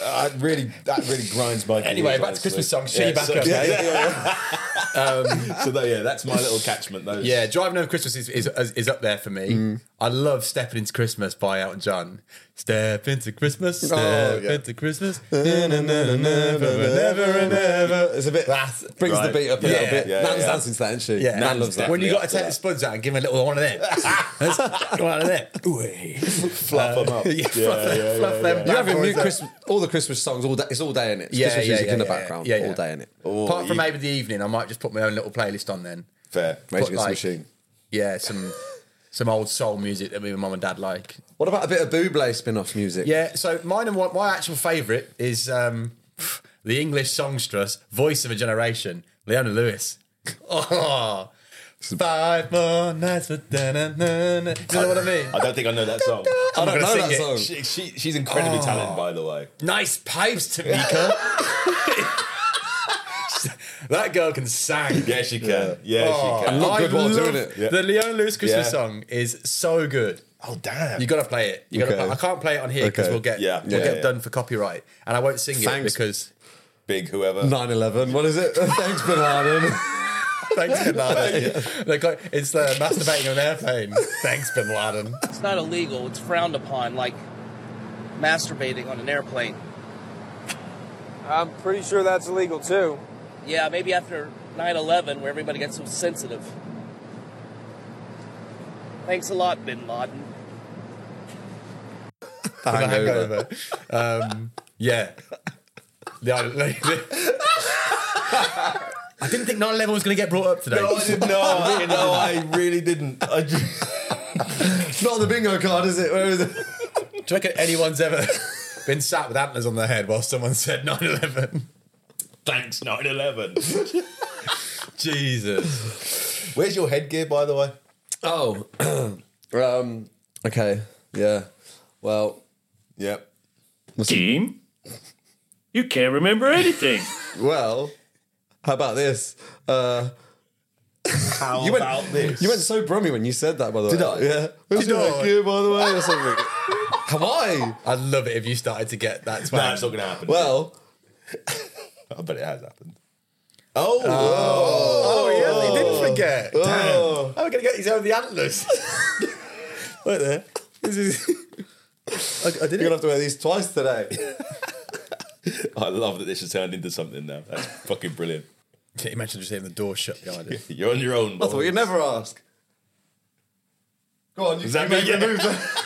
S4: I really, that really grinds my.
S3: Anyway,
S4: gears,
S3: back to
S4: honestly.
S3: Christmas songs. Shut
S4: Yeah,
S3: you back
S4: so-
S3: up.
S4: Yeah,
S3: eh? Um,
S1: yeah, yeah, yeah.
S4: so that, yeah, that's my little catchment. Those.
S3: Yeah, driving over Christmas is, is, is, is up there for me. I love stepping into Christmas by Elton John. Step into Christmas, step
S1: yeah.
S3: into Christmas, never and ever.
S1: It's a bit
S3: That's-
S1: brings
S4: Right.
S1: the beat up a
S4: Yeah,
S1: little bit.
S4: yeah,
S1: Nan's
S4: yeah.
S1: dancing to that, isn't she?
S3: Yeah,
S1: Nan,
S4: Nan's
S1: loves that.
S3: When you got to
S4: up
S3: take
S4: there.
S3: the spuds out and give them a little one of them, That's one of them. Ooh.
S4: fluff them up.
S3: uh, Yeah, fluff them- fluff them
S1: You're
S3: back
S1: having
S3: towards
S1: new
S3: them.
S1: Christmas, all the Christmas songs all day. It's all day in it. It's
S3: Yeah,
S1: Christmas
S3: yeah,
S1: music
S3: yeah,
S1: in the
S3: yeah,
S1: background,
S3: yeah, yeah.
S1: all day in it.
S3: Apart from
S4: you-
S3: maybe the evening, I might just put my own little playlist on then.
S4: Fair.
S1: Rage
S3: But
S1: Against the
S3: like-
S1: Machine.
S3: Yeah, some some old soul music that me and mum and dad like.
S1: What about a bit of Buble spin-off music?
S3: Yeah, so mine and what my actual favourite is um, the English songstress, voice of a generation, Leona Lewis. Oh, five more nights for da na na na. Do you know what I mean?
S4: I don't think I know that song.
S1: I don't
S3: I'm gonna
S1: know
S3: sing
S1: that
S3: it.
S1: song.
S4: She, she, she's incredibly talented, by the way.
S3: Nice pipes, Tamika. that girl can sing. Oh,
S4: Yeah, she can. Yeah, she can.
S1: And look good while
S3: love-
S1: doing it.
S3: The Leona Lewis Christmas
S4: Yeah.
S3: song is so good.
S4: Oh damn!
S3: You got to play it. You gotta
S1: Okay.
S3: play, I can't play it on here because
S1: Okay.
S3: we'll get
S4: Yeah.
S3: we'll
S4: Yeah,
S3: get
S4: yeah.
S3: done for copyright, and I won't sing
S1: Thanks.
S3: it because
S4: Big whoever.
S1: 9-11. What is it? Thanks, Bin Laden.
S3: thanks Bin Laden. Like, uh, it's uh, masturbating on an airplane. thanks Bin Laden.
S5: It's not illegal. It's frowned upon, like masturbating on an airplane.
S6: I'm pretty sure that's illegal too.
S5: Yeah, maybe after 9 11, where everybody gets so sensitive. Thanks a lot, Bin Laden.
S1: The
S3: The
S1: hangover.
S3: hangover. um, yeah. The island lady. I didn't think 9 11 was going to get brought up today.
S4: No, I didn't know. I, no, I really didn't. I just,
S1: It's not on Oh, the bingo card, is it? Where is it?
S3: Do you reckon anyone's ever been sat with antlers on their head while someone said 9 11?
S4: thanks, 9/11.
S3: Jesus.
S4: Where's your headgear, by the way?
S1: Oh. um, okay. Yeah. Well,
S4: Yep.
S7: Dean, you can't remember anything.
S1: well, how about this? Uh,
S4: How
S1: went-
S4: about this?
S1: you went so brummy when you said that, by the
S4: Did
S1: way.
S4: I?
S1: Yeah. What's
S3: Did
S1: your
S3: I?
S1: idea, by the way, or something? Hawaii.
S3: I'd love it if you started to get that twang.
S4: No, it's not going to happen.
S1: Well,
S4: I bet it has happened. Oh,
S3: Oh, yeah, they didn't forget.
S1: oh,
S3: I'm gonna get these out of the antlers.
S1: right there. This is-
S3: I, I did
S1: You're gonna have to wear these twice today.
S4: I love that this has turned into something now. That's fucking brilliant.
S3: Can you imagine just having the door shut behind it?
S4: You're on your own.
S1: I thought you'd never ask. Go on, you,
S4: Does that
S1: you
S4: mean-
S1: made the move.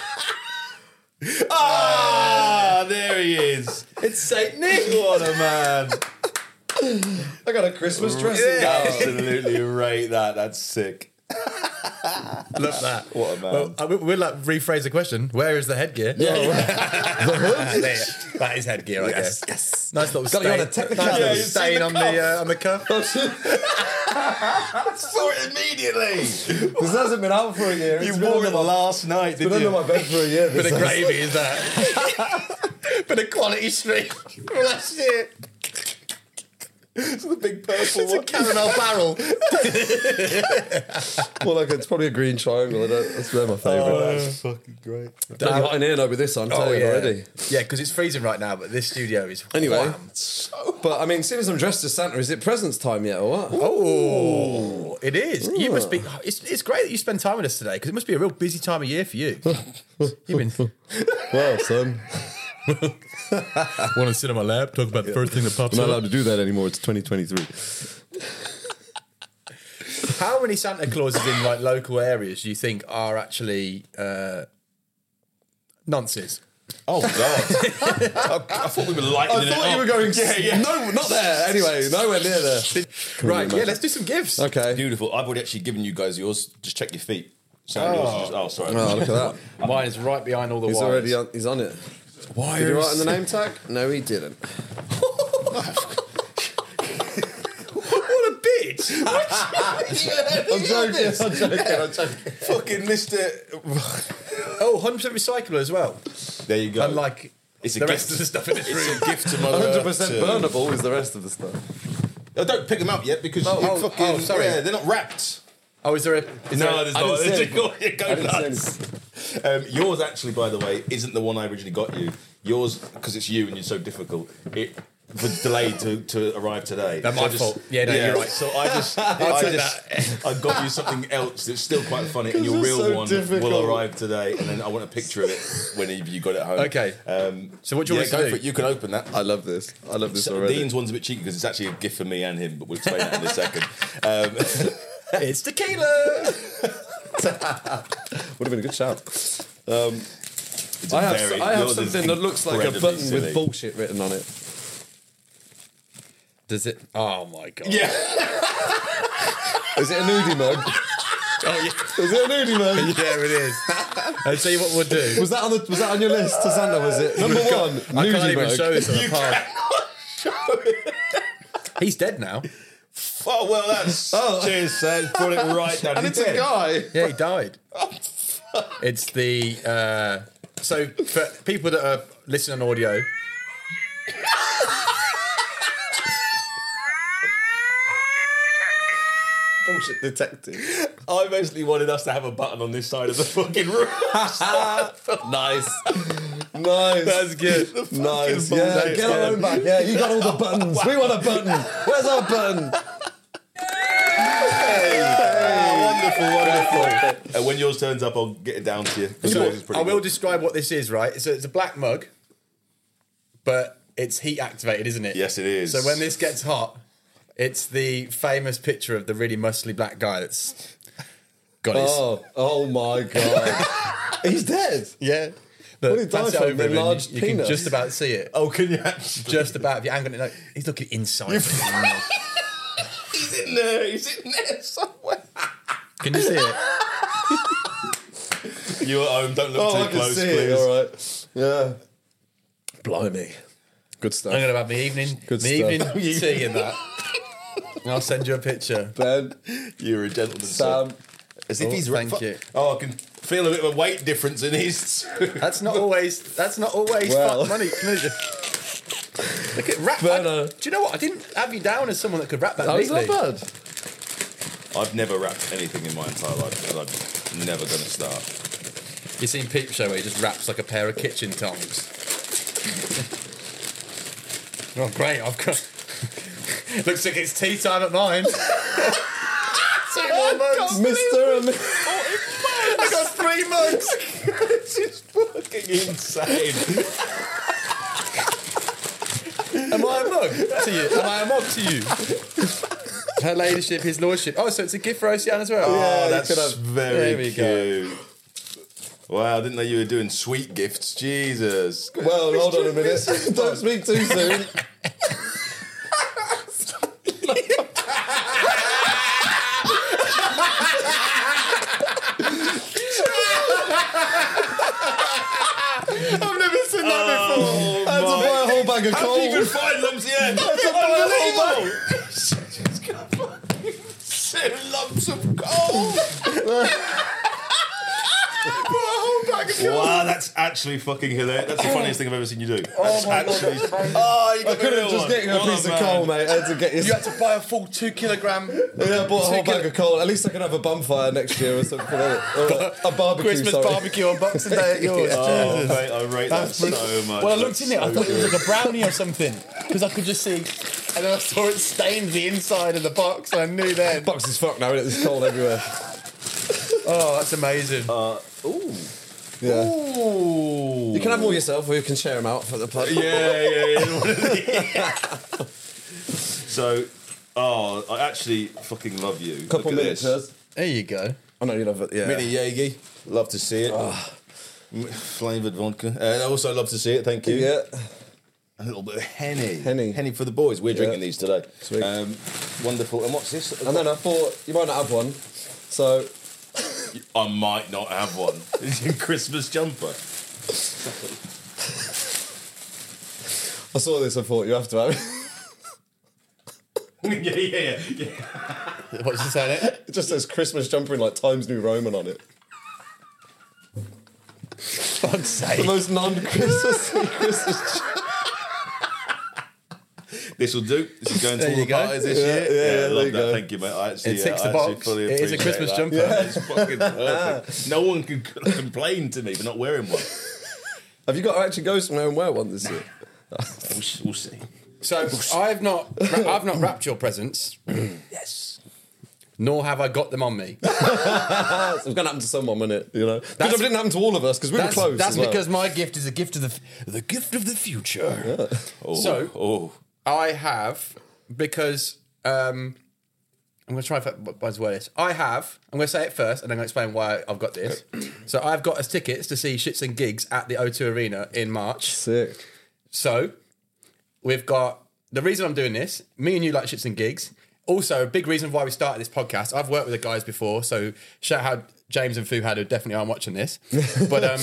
S4: ah, Ah, there he is.
S3: It's Saint Nick.
S4: What a man.
S1: I got a Christmas dress.
S4: Absolutely rate that. That's sick.
S3: Look that.
S4: What a man.
S3: Well, I, we'll like rephrase the question. Where is the headgear? Yeah, that is headgear. I guess. Yes. Nice little
S1: Got you
S3: stain.
S1: on a technical-
S3: nice
S1: Yeah,
S3: little
S1: you've seen
S3: stain
S1: the
S3: on the uh, on the cuff.
S4: saw it immediately.
S1: This hasn't been out for a year. It's
S4: You
S1: been
S4: wore
S1: under
S4: it
S1: my-
S4: last night,
S1: Been
S4: didn't
S1: under
S4: you?
S1: my bed for a year.
S3: Bit
S1: this
S3: of
S1: has.
S3: gravy is that? Bit of quality street from last year.
S4: It's the big purple
S3: It's a caramel barrel.
S1: Well, like it's probably a green triangle. I don't, that's where my favourite.
S4: Oh, That's fucking great. Oh,
S1: Don't hot in here though with this on. I'm telling you already.
S3: Oh, Yeah, because it's freezing right now, but this studio is
S1: Anyway,
S3: wham.
S1: but I mean, seeing as I'm dressed as Santa, is it presents time yet or what?
S3: Oh, it is. You must be. It's, it's great that you spend time with us today because it must be a real busy time of year for you. You've been
S1: Well, son,
S3: want to sit on my lap, talk about the first thing that pops
S1: to do that anymore. It's 2023.
S3: How many Santa Clauses in like local areas do you think are actually uh, nonsense?
S4: Oh god! I, I thought we were lightening
S1: I
S4: it
S1: thought you
S4: up.
S1: were going.
S4: Yeah, yeah.
S1: No, not there. Anyway, nowhere near there.
S3: Right, yeah,
S1: imagine?
S3: let's do some gifts.
S1: Okay.
S4: Beautiful. I've already actually given you guys yours. Just check your feet. So yours is just, oh, sorry.
S1: Oh, look at that.
S3: Mine is right behind all the
S1: He's
S3: wires.
S1: already on. He's on it.
S3: wires.
S1: Did he write on the name tag? No, he didn't.
S3: What a bitch!
S1: I'm joking. I'm joking. I'm joking.
S4: Fucking Mr.
S3: oh, 100% recyclable as well.
S4: There you go.
S3: Unlike
S4: It's a
S3: the
S4: gift.
S3: rest of the stuff in this room.
S4: it's a gift to mother.
S1: 100
S4: Earth
S1: percent
S4: to-
S1: burnable is the rest of the stuff.
S4: Oh, don't pick them up yet because
S3: Oh,
S4: you
S3: oh,
S4: fucking.
S3: oh, sorry.
S4: Yeah, they're not wrapped.
S3: Oh, is there a. Is there a-
S4: there's
S1: I didn't say
S4: Go, go
S1: didn't say
S4: nuts. Um, yours actually, by the way, isn't the one I originally got you. Yours because it's you and you're so difficult. It was delayed to, to arrive today.
S3: That's
S4: so
S3: my
S4: I just-
S3: fault. Yeah, no, you're right.
S4: So I just, I, just, I got you something else that's still quite funny, and your
S1: it's
S4: real
S1: so
S4: one
S1: difficult.
S4: will arrive today. And then I want a picture of it whenever you got it home.
S3: Okay.
S4: Um,
S3: So what do you
S4: yeah,
S3: want us to
S4: go
S3: do?
S4: for it. You can open that.
S1: I love this. I love this
S4: So
S1: already.
S4: Dean's one's a bit cheeky because it's actually a gift for me and him, but we'll explain that in a second. Um,
S3: it's tequila!
S1: Would have been a good shout.
S4: it's
S1: I have,
S4: very-
S1: I have
S4: yours is
S1: something that looks like a
S4: incredibly
S1: button
S4: silly.
S1: with bullshit written on it.
S3: Does it. Oh my god.
S4: Yeah,
S1: Is it a nudie mug?
S3: Oh, yeah.
S1: Is it a nudie mug?
S3: Yeah, it is. I'll tell you what we'll do.
S1: Was that on the, was that on your list to Santa? Was it number one?
S3: I
S1: nudie
S3: can't even
S1: mug.
S3: show this on the pod. He's dead now.
S4: Oh well, that's cheers. So put it right down.
S1: And
S4: He
S1: it's a
S4: did.
S1: guy.
S3: Yeah, he died. It's the uh, so for people that are listening on audio.
S1: Bullshit detective.
S4: I basically wanted us to have a button on this side of the fucking room.
S1: Nice. Nice. That's good. Nice. Yeah,
S4: bullshit.
S1: get our own back. Yeah, you got all the buttons. We want a button. Where's our button?
S4: wonderful, wonderful. and when yours turns up, I'll get it down to you. 'Cause
S3: So
S4: yours is pretty
S3: I will
S4: good.
S3: describe what this is, right? So it's a black mug, but it's heat activated, isn't it?
S4: Yes, it is.
S3: So when this gets hot, it's the famous picture of the really muscly black guy that's got his
S1: Oh, oh my god. He's dead.
S3: yeah. The,
S1: What he died
S3: pass it
S1: from,
S3: over
S1: the
S3: him and
S1: large
S3: you, you can
S1: penis?
S3: just about see it.
S4: oh, can you actually?
S3: Just about. If you ain't gonna know, he's looking inside.
S4: He's in there. He's in there somewhere.
S3: can you see it?
S4: You at home? Don't look
S1: Oh,
S4: too
S1: I can
S4: close,
S1: see
S4: please.
S1: it. All right. Yeah. Blimey. Good stuff.
S3: I'm gonna have my evening,
S1: Good
S3: my
S1: stuff.
S3: evening tea in that. And I'll send you a picture.
S1: Ben,
S4: You're a gentleman. sir.
S1: Sam,
S4: As if
S3: Oh,
S4: he's
S3: thank
S4: fu-
S3: you.
S4: Oh, I can feel a bit of a weight difference in his.
S3: That's not always. That's not always
S1: Well.
S3: fuck money. Can I just- Look at rap. I-
S1: Burner.
S3: do you know what? I didn't have you down as someone that could rap that
S1: that uh, was
S3: neatly.
S1: not bad.
S4: I've never wrapped anything in my entire life, and I'm never going to start.
S3: You seen Peep Show where he just raps like a pair of kitchen tongs. oh great! I've got. Looks like it's tea time at mine. Two more mugs.
S1: Mr. and
S3: I got three mugs.
S4: This is fucking insane.
S3: Am I a mug to you? Am I a mug to you? Her ladyship, his lordship. Oh, so it's a gift for Ocean as well.
S4: Oh,
S1: you
S4: that's
S1: could have-
S4: very
S3: there we
S4: cute. Wow, I didn't know you were doing sweet gifts. Jesus.
S1: Well, hold on a minute. Don't speak too soon.
S3: I've never seen that
S1: I had to buy a whole bag of
S4: How do you
S1: coal.
S4: even find lumps of end?
S1: whole
S4: Unbelievable. She's got fucking two lumps of coal. Wow, that's actually fucking hilarious. That's the funniest thing I've ever seen you do. That's actually. oh, you got
S1: I could have just
S4: getting
S1: getting a piece of coal, mate. I had to get
S3: You had to buy a full two kilogram.
S1: Yeah, I bought a whole
S3: Take
S1: bag of coal. At least I can have a bonfire next year or something. like that. Or a barbecue.
S3: Christmas
S1: sorry.
S3: barbecue on Boxing Day at yours.
S4: Oh, mate, I rate that
S3: That's
S4: so
S3: brilliant.
S4: much.
S8: When I looked
S4: That's
S8: in it, I
S4: so
S8: thought it
S4: good.
S8: was like a brownie or something because I could just see, and then I saw it stained the inside of the box. And I knew then.
S1: Box is fucked now. innit? There's coal everywhere.
S3: Oh, that's amazing.
S1: Yeah.
S4: Ooh.
S1: You can have them all yourself, or you can share them out for the pod.
S4: Yeah, yeah, yeah. One of the- so, oh, I actually fucking love you.
S1: Couple
S4: Look at
S1: minutes.
S4: this.
S1: Hers.
S8: There you go.
S1: I know you love it. Yeah.
S4: Mini Yagi, love to see it. Flavoured vodka. And I also love to see it, thank you.
S1: Yeah.
S4: A little bit of Henny.
S1: Henny.
S4: Henny for the boys. We're drinking
S1: Yeah.
S4: these today.
S1: Sweet.
S4: Um, wonderful. And what's this?
S1: And then I thought you might not have one, so
S4: I might not have one. It's your Christmas jumper.
S1: I saw this. I thought you have to have it.
S4: yeah, yeah, yeah.
S8: What's this on it?
S1: It just says Christmas jumper in like Times New Roman on it.
S8: Fuck's
S1: The
S8: sake.
S1: most non-Christmas. Christmas.
S4: This will do. This is going to
S8: There
S4: all
S8: you
S4: the
S8: go.
S4: parties this year.
S1: yeah,
S4: I
S1: there
S4: love
S1: you
S4: that.
S1: go.
S4: Thank you, mate. I actually,
S8: It ticks
S4: uh, I
S8: the box.
S4: actually fully
S8: It is a
S4: appreciate
S8: Christmas
S4: that.
S8: jumper.
S4: That is fucking perfect. No one can complain to me for not wearing one.
S1: Have you got to actually go somewhere and wear one this year?
S4: We'll, s- we'll see.
S3: So I've not, I've not wrapped your presents. yes. Nor have I got them on me.
S1: It's going to happen to someone, isn't it? You know, because it didn't happen to all of us because we were
S3: That's,
S1: close.
S3: that's
S1: as well.
S3: because my gift is a gift of the, f- the gift of the future.
S4: Oh,
S3: So-
S4: oh.
S3: I have because um, I'm going to try and buzzword this. I have. I'm going to say it first, and I'm going to explain why I've got this. so I've got us tickets to see Shits and Gigs at the O2 Arena in March.
S1: sick.
S3: So we've got the reason I'm doing this. Me and you like shits and gigs. Also, a big reason why we started this podcast. I've worked with the guys before, so shout out James and Fuhad who definitely aren't watching this. But um,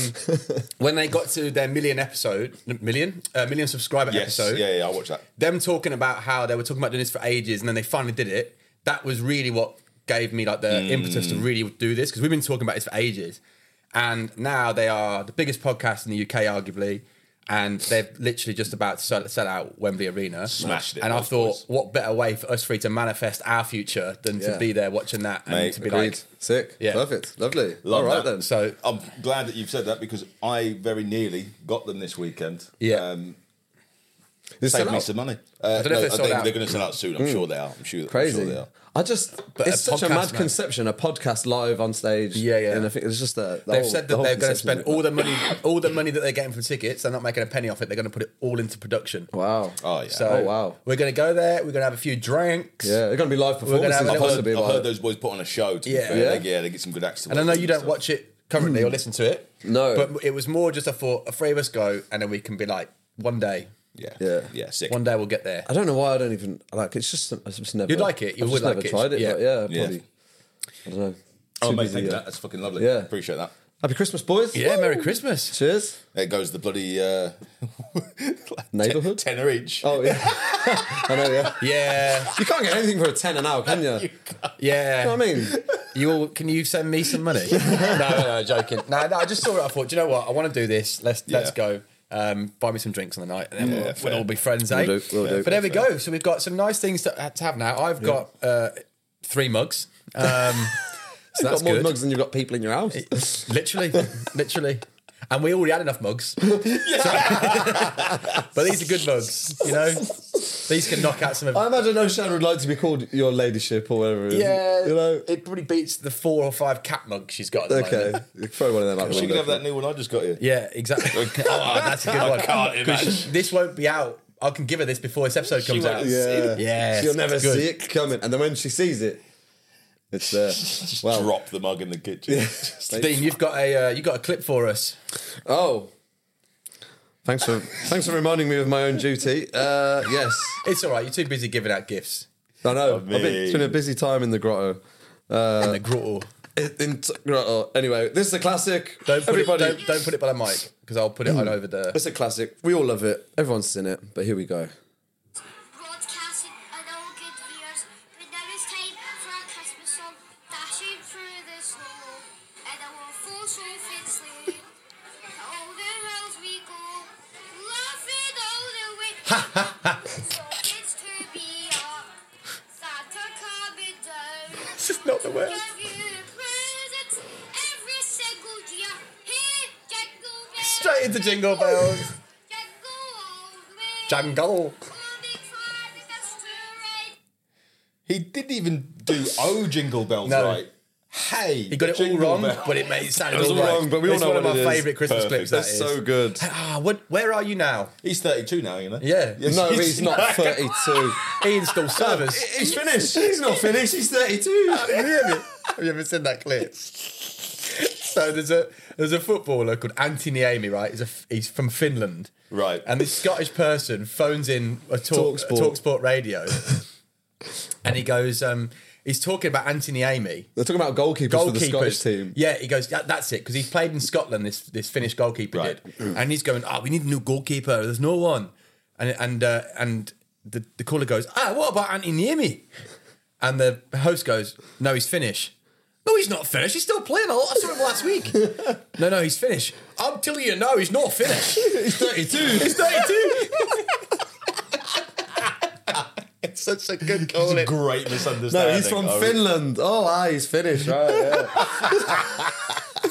S3: when they got to their million episode, million, uh, million subscriber
S4: Yes.
S3: episode,
S4: Yeah, yeah, I watched that.
S3: them talking about how they were talking about doing this for ages and then they finally did it that was really what gave me like the
S4: Mm.
S3: impetus to really do this because we've been talking about this for ages and now they are the biggest podcast in the UK arguably and they're literally just about to sell, sell out Wembley Arena
S4: Smashed it,
S3: and I
S4: those
S3: thought
S4: boys.
S3: what better way for us three to manifest our future than
S1: Yeah.
S3: to be there watching that and
S4: Mate,
S3: to be
S1: Agreed.
S3: like
S1: sick.
S3: Yeah.
S1: Perfect. Lovely.
S4: Love
S1: all right
S4: that.
S1: then.
S3: so
S4: I'm glad that you've said that because I very nearly got them this weekend.
S3: Yeah.
S4: Um,
S1: This
S4: saved
S1: sell
S4: me
S1: out.
S4: some money. Uh,
S3: I don't know if they're
S4: I
S3: sold
S4: think
S3: out.
S4: they're going to sell out soon. I'm sure they are. I'm sure, I'm
S1: Crazy.
S4: sure they are.
S1: I just,
S3: But
S1: it's
S3: a
S1: such a
S3: podcast,
S1: mad
S3: man.
S1: conception. A podcast live on stage.
S3: Yeah, yeah.
S1: And I think it's just a.
S3: They've said that they're going to spend all the money, all the money that they're getting from tickets. They're not making a penny off it. They're going to put it all into production.
S1: Wow.
S4: Oh, yeah.
S3: So
S1: Oh, wow.
S3: we're going to go there. We're going to have a few drinks.
S1: Yeah, they're going to be live
S3: gonna
S1: performances.
S3: have a
S4: I've
S3: It
S1: supposed
S3: was
S1: to
S4: heard,
S1: be
S4: I've
S1: like-
S4: heard those boys put on a show, to
S3: Yeah.
S4: be fair.
S1: Yeah.
S4: They, yeah, they get some good acts. to
S3: And I
S4: watch
S3: know you don't
S4: stuff.
S3: watch it currently or listen to it.
S1: No.
S3: But it was more just a thought, a three of us go, and then we can be like, one day,
S4: Yeah.
S1: Yeah.
S4: Yeah, sick.
S3: one day we'll get there.
S1: I don't know why I don't even like. It's just I've just never.
S3: You'd like it, you
S1: I've
S3: would
S1: just
S3: like
S1: never
S3: it,
S1: tried it.
S3: yeah.
S1: Yeah, yeah,
S4: Yeah.
S1: probably. I don't know.
S4: Oh,
S1: Too
S4: mate,
S1: busy,
S4: thank you.
S1: yeah.
S4: That. That's fucking lovely.
S1: uh, Yeah.
S4: Appreciate that.
S1: Happy Christmas, boys.
S3: Yeah,
S1: Woo!
S3: Merry Christmas.
S1: Cheers.
S4: There goes the bloody uh, like
S1: Neighbourhood?
S4: ten- tenner each.
S1: Oh yeah, I know. Yeah,
S3: Yeah,
S1: you can't get anything for a tenner now, can you? you
S3: yeah.
S1: know what I mean?
S3: you all, can you send me some money? no, no, no, joking. No, no, I just saw it. I thought, do you know what? I want to do this. Let's let's
S4: Yeah.
S3: go. Um, buy me some drinks on the night, and then we'll,
S4: fair.
S3: we'll all be friends, eh?
S1: do, will do.
S3: But there we go. So we've got some nice things to, to have now. I've got uh, three mugs. Um, so
S1: You've got
S3: that's
S1: more
S3: good.
S1: mugs than you've got people in your house.
S3: Literally, literally. And we already had enough mugs. So- but these are good mugs, you know? These can knock out some of.
S1: I imagine O'Shan would like to be called your ladyship or whatever. It is.
S3: yeah,
S1: you know.
S3: it probably beats the four or five cat mugs she's got. At the
S1: Okay,
S3: moment.
S1: You throw one of them out. the
S4: She can
S1: window.
S4: have that new one I just got here.
S3: Yeah, exactly. oh, that's a good one.
S4: can't imagine.
S3: This won't be out. I can give her this before this episode comes
S4: won't
S3: out.
S4: see it.
S1: Yeah,
S3: Yes,
S1: She'll never
S3: good.
S1: see it coming, and then when she sees it, It's there.
S4: Just
S1: Well,
S4: drop the mug in the kitchen.
S3: Dean, you've got a uh, you got a clip for us.
S1: Oh. Thanks for thanks for reminding me of my own duty. Uh, yes,
S3: It's all right. You're too busy giving out gifts.
S1: I know. I've been,
S4: mean-
S1: it's been a busy time in the grotto. Uh,
S3: in the grotto.
S1: In, in t- grotto. Anyway, this is a classic.
S3: Don't put
S1: Everybody,
S3: it. Don't, don't put it by the mic because I'll put it
S1: Hmm.
S3: on over there.
S1: it's a classic. We all love it. Everyone's seen it. But here we go.
S9: broadcasting an all good viewers, but now it's time for a Christmas song, dashing through the snow, and I will fall so fiercely. All the roads we go, laughing all the way. so it's to be up, Santa coming down.
S3: This is not the word.
S9: Give you presents every single year. Hey, jingle bells.
S3: Straight into jingle bells.
S9: Jingle all the way.
S3: Jungle.
S9: Mommy cried with us to ride.
S4: He didn't even do O jingle bells
S3: No.
S4: right. Hey,
S3: He got it all
S4: Jingle
S3: wrong,
S4: bell.
S3: but it made it sound
S1: was
S3: all
S1: all
S3: right.
S1: wrong, but we all
S3: it's
S1: know
S3: one of
S1: what
S3: my
S1: it is.
S3: favourite Christmas
S4: Perfect.
S3: clips.
S4: That's
S3: that is.
S1: So good.
S3: Ah, what, where are you now?
S4: He's 32 now, you know.
S3: Yeah.
S1: No, he's not 32.
S3: Ian's still service.
S1: He's finished. He's not finished. He's 32.
S3: Have you ever- have you ever seen that clip? So there's a there's a footballer called Antti Niemi, right? He's a, he's from Finland,
S4: Right.
S3: And this Scottish person phones in a talk
S1: Talksport.
S3: talk sport radio, and he goes, um, he's talking about Antti Niemi,
S1: They're talking about goalkeepers, for the
S3: Goalkeepers.
S1: Scottish team.
S3: Yeah, he goes, "That- that's it, because he's played in Scotland, this this Finnish goalkeeper
S4: Right.
S3: did. And he's going, oh, we need a new goalkeeper. There's no one. And and uh, and the, the caller goes, ah, what about Antti Niemi? And the host goes, no, he's Finnish. No, he's not Finnish. He's still playing a lot. I saw him last week. no, no, he's Finnish. I'm telling you, no, he's not Finnish. he's 32. He's 32.
S8: It's such a good call. It.
S4: Great misunderstanding.
S1: No, he's from
S4: Oh,
S1: Finland. Oh, ah, he's Finnish, right?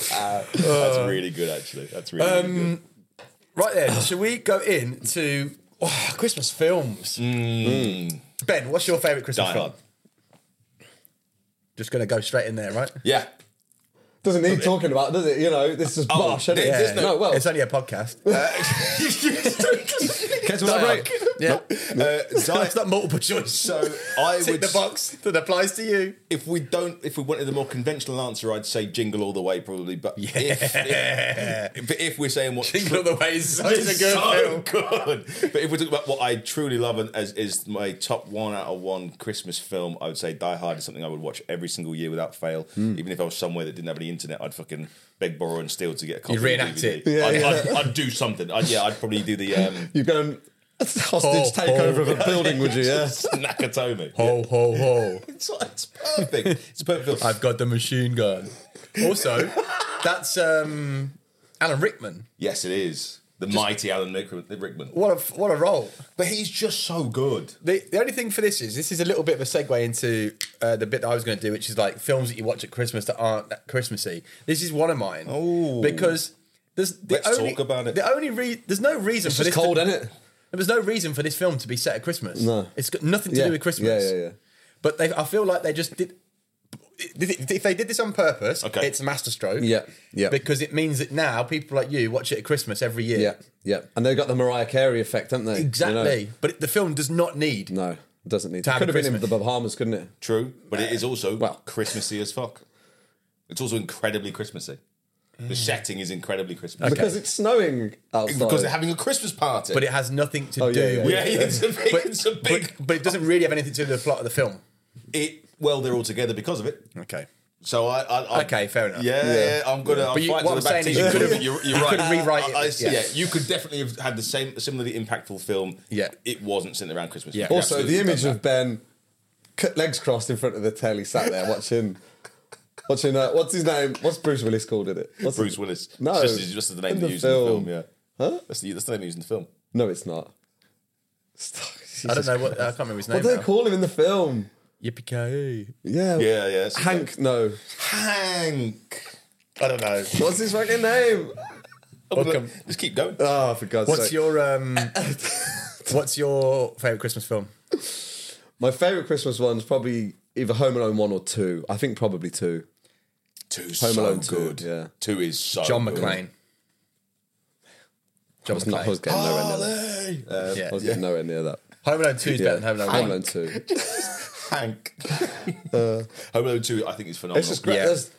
S1: Yeah.
S4: That's really good, actually. That's really, really
S3: Um,
S4: good.
S3: Right then, should we go in to oh, Christmas films? Ben, what's your favourite Christmas
S4: Die
S3: film?
S4: Hard.
S3: Just gonna go straight in there, right?
S4: Yeah.
S1: Doesn't need talking about, does it? You know, this
S3: Oh,
S1: is bosh, isn't it?
S4: yeah.
S1: There's No, well,
S3: it's only a podcast.
S1: catch us on a break.
S3: yeah,
S4: Uh, Die-
S3: Oh, it's not multiple choice.
S4: so I
S3: Tick
S4: would,
S3: the box that applies to you.
S4: if we don't, if we wanted a more conventional answer, I'd say jingle all the way, probably. But if, if, but if we're saying what
S3: Jingle the way is such
S4: It's
S3: a good
S4: so
S3: film.
S4: good. But if we're talking about what I truly love and as is my top one out of one Christmas film, I would say Die Hard is something I would watch every single year without fail.
S3: Hmm.
S4: Even if I was somewhere that didn't have any internet, I'd fucking beg, borrow, and steal to get a copy.
S3: You'd reenact
S4: of the DVD.
S3: it.
S1: Yeah,
S4: I'd,
S1: yeah.
S4: I'd, I'd do something. I'd, yeah, I'd probably do the um,
S1: You'd go and hostage
S3: Oh,
S1: takeover
S3: oh.
S1: of a building, would you? Yeah.
S4: Nakatomi.
S3: Ho ho ho!
S4: It's, it's perfect. It's a perfect film.
S3: I've got the machine gun. Also, that's um, Alan Rickman.
S4: yes, it is. The mighty Alan Rickman. Rickman.
S3: What a what a role!
S4: But he's just so good.
S3: The, the only thing for this is this is a little bit of a segue into uh, the bit that I was going to do, which is like films that you watch at Christmas that aren't that Christmassy. This is one of mine.
S4: Ooh.
S3: because there's the
S4: Let's
S3: only,
S4: talk about it.
S3: The only re- there's no reason for
S1: It's
S3: this.
S1: cold,
S3: to,
S1: isn't it?
S3: There was no reason for this film to be set at Christmas.
S1: No.
S3: it's got nothing to
S1: yeah.
S3: do with Christmas.
S1: Yeah, yeah, yeah.
S3: But they, I feel like they just did. If they did this on purpose,
S4: Okay.
S3: it's a masterstroke.
S1: Yeah, yeah.
S3: Because it means that now people like you watch it at Christmas every year.
S1: Yeah, yeah. And they've got the Mariah Carey effect, haven't they? You know?
S3: exactly. But the film does not need.
S1: No, it doesn't need
S3: To
S1: to.
S3: have
S1: Could
S3: a
S1: have been in the
S3: Christmas.
S1: Bahamas, couldn't it?
S4: True, but it is
S3: Um,
S4: also
S1: Well-
S4: Christmassy as fuck. It's also incredibly Christmassy. The setting is incredibly Christmassy
S1: Because it's snowing outside.
S4: because they're having a Christmas party.
S3: But it has nothing to
S1: Oh,
S3: do.
S1: yeah, yeah,
S3: with
S4: yeah, it's a big,
S3: But-
S4: it's a big.
S3: but, but it doesn't really have anything to do with the plot of the film.
S4: It, well, they're all together because of it.
S3: Okay.
S4: So I, I, I
S3: Okay, fair enough.
S4: Yeah, yeah, I'm gonna. I'm
S3: But you-
S4: fighting
S3: what
S4: with the back
S3: I'm saying is
S4: teeth.
S3: you could've-
S4: you're,
S3: you
S4: right.
S3: could rewrite it.
S4: I, I,
S3: Yeah.
S4: yeah. you could definitely have had the same, similarly impactful film.
S3: Yeah.
S4: it wasn't centered around Christmas.
S3: Yeah.
S4: You're
S1: Also,
S4: absolutely
S1: the image
S4: done
S1: of Ben, c- legs crossed in front of the telly, sat there watching, watching. Uh, what's his name? What's Bruce Willis called in it? What's
S4: that. Bruce
S1: his-
S4: Willis.
S1: No,
S4: it's just, it's just the name
S1: in
S4: they
S1: the
S4: used
S1: film.
S4: in the film. Yeah, huh? That's the that's the name they used in the film.
S1: No, it's not. Stop.
S3: I don't know what I can't remember his name.
S1: What do
S3: now.
S1: they call him in the film?
S3: Yippee
S1: Yeah.
S4: Yeah, yeah. it's-
S1: Hank. No.
S4: Hank.
S3: I don't know.
S1: What's his fucking name?
S4: Oh,
S3: Welcome.
S4: Just keep going. Uh,
S1: Oh, for God's
S3: What's
S1: sake.
S3: your um? what's your favorite Christmas film?
S1: My favorite Christmas one's probably either Home Alone one or two. I think probably two.
S4: Two's
S1: Home
S4: so
S1: Alone two,
S4: good.
S1: yeah.
S4: Two is so
S3: John
S4: good.
S3: McClane. John
S1: It's not. I
S3: McClane.
S1: was getting nowhere near that.
S4: Hey! Uh,
S1: I was getting nowhere near that.
S3: Home Alone Two is better than Home Alone
S1: Home
S3: One.
S1: Alone two.
S4: Hank. Home Alone 2, I think, Uh, is Uh, phenomenal.
S1: It's just great.
S3: Yeah.
S1: There's-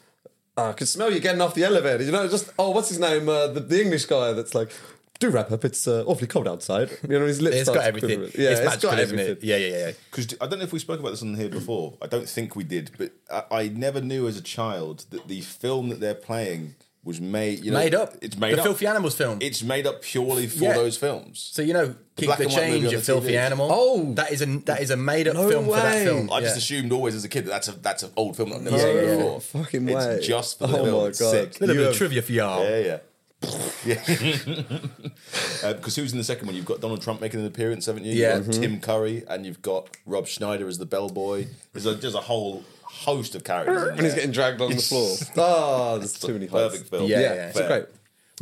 S1: oh, I could smell you getting off the elevator. You know, just oh, what's his name? Uh, the, the English guy that's like, do wrap up. It's uh, awfully cold outside. You know, his lips.
S3: It's
S1: starts
S3: got everything.
S1: quivering. Yeah,
S3: it's magical,
S1: got everything.
S3: isn't it? Yeah, yeah, yeah.
S4: Because I don't know if we spoke about this on here before. I don't think we did, but I, I never knew as a child that the film that they're playing was made. You know,
S3: Made up.
S4: It's made
S3: the
S4: up.
S3: Filthy Animals film.
S4: It's made up purely for
S3: Yeah.
S4: those films.
S3: so you know, keep
S4: black
S3: the
S4: and white
S3: change
S4: movie on
S3: of
S4: the
S3: Filthy
S4: TV.
S3: Animal.
S1: Oh.
S3: that is a that is a made up
S1: No
S3: film for that
S1: way.
S3: film.
S4: I just
S3: Yeah.
S4: assumed always as a kid that that's a that's an old film that I've never
S1: Yeah,
S4: seen
S1: yeah.
S4: before.
S1: Oh, Fucking
S4: it's
S1: way.
S4: just for the
S1: Oh
S4: film.
S1: my
S4: It's
S1: God.
S4: sick.
S3: little
S1: You
S3: bit of
S1: have-
S3: trivia for y'all.
S4: Yeah, yeah. yeah. Because Uh, who's in the second one? You've got Donald Trump making an appearance, haven't you? You've
S3: Yeah.
S4: got Tim Curry, and you've got Rob Schneider as the bellboy. There's a, there's a whole host of characters. in
S1: And he's
S4: there.
S1: getting dragged on the floor. Oh, there's too many. holes.
S4: perfect film.
S3: Yeah,
S1: Yeah,
S3: yeah.
S1: it's a great.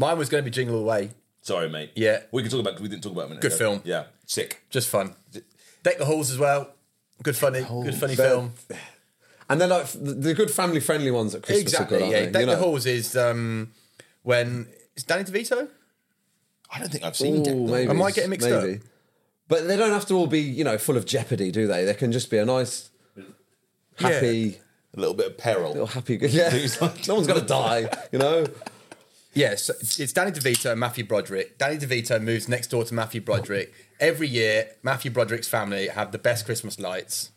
S3: Mine was going to be Jingle Away.
S4: Sorry, mate.
S3: Yeah.
S4: we can talk about. We didn't talk about it a minute.
S3: Good
S4: ago.
S3: film.
S4: Yeah, sick.
S3: Just fun. Deck the halls as well. Good funny. Good funny film.
S1: And they're like f- the good family friendly ones at Christmas. are
S3: Exactly.
S1: good, aren't
S3: yeah.
S1: they?
S3: Deck
S1: You know?
S3: the halls is um, when it's Danny DeVito.
S4: I don't think I've seen. Jack
S1: Ooh,
S4: Dawson.
S1: maybe.
S3: Am I getting mixed
S1: maybe.
S3: up?
S1: But they don't have to all be, you know, full of jeopardy, do they? They can just be a nice, happy,
S4: A little bit of
S1: little
S4: peril.
S1: happy. Yeah,
S4: Who's like-
S1: no one's gonna die, you know.
S3: Yes, it's Danny DeVito and Matthew Broderick. Danny DeVito moves next door to Matthew Broderick. Every year, Matthew Broderick's family have the best Christmas lights.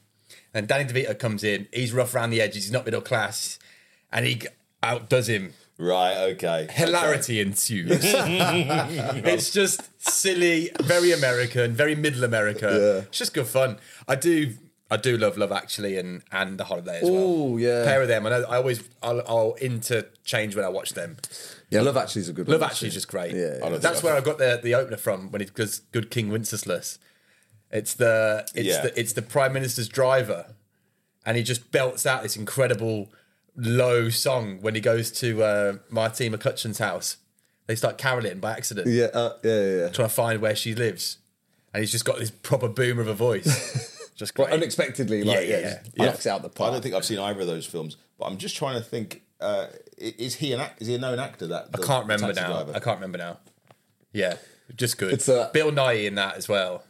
S3: And Danny DeVito comes in. He's rough around the edges. He's not middle class, and he outdoes him.
S4: Right. Okay.
S3: Hilarity ensues. it's just silly, very American, very middle America. It's just good fun. I do, I do love Love Actually and and The Holiday as well.
S1: Ooh, yeah.
S3: pair of them. I know. I always, I'll, I'll interchange when I watch them.
S1: Yeah, Love Actually is a good.
S3: Love
S1: one,
S3: Actually is just great.
S1: Yeah, yeah.
S3: That's where I got the the opener from when it goes Good King Wenceslas. It's the it's
S4: Yeah.
S3: the it's the Prime Minister's driver, and he just belts out this incredible low song when he goes to uh, Martine McCutcheon's house. They start caroling by accident,
S1: Yeah, uh, yeah, yeah. yeah.
S3: trying to find where she lives, and he's just got this proper boomer of a voice. just
S1: Well,
S3: great.
S1: unexpectedly, like
S3: Yeah,
S1: yeah,
S3: yeah,
S1: just
S3: yeah.
S1: knocks it out the
S4: I
S1: park.
S4: don't think I've seen either of those films, but I'm just trying to think. Uh, i- is he an act? Is he a known actor? That
S3: I can't remember now. I can't remember now. Yeah, just good.
S1: It's, uh,
S3: Bill Nye in that as well.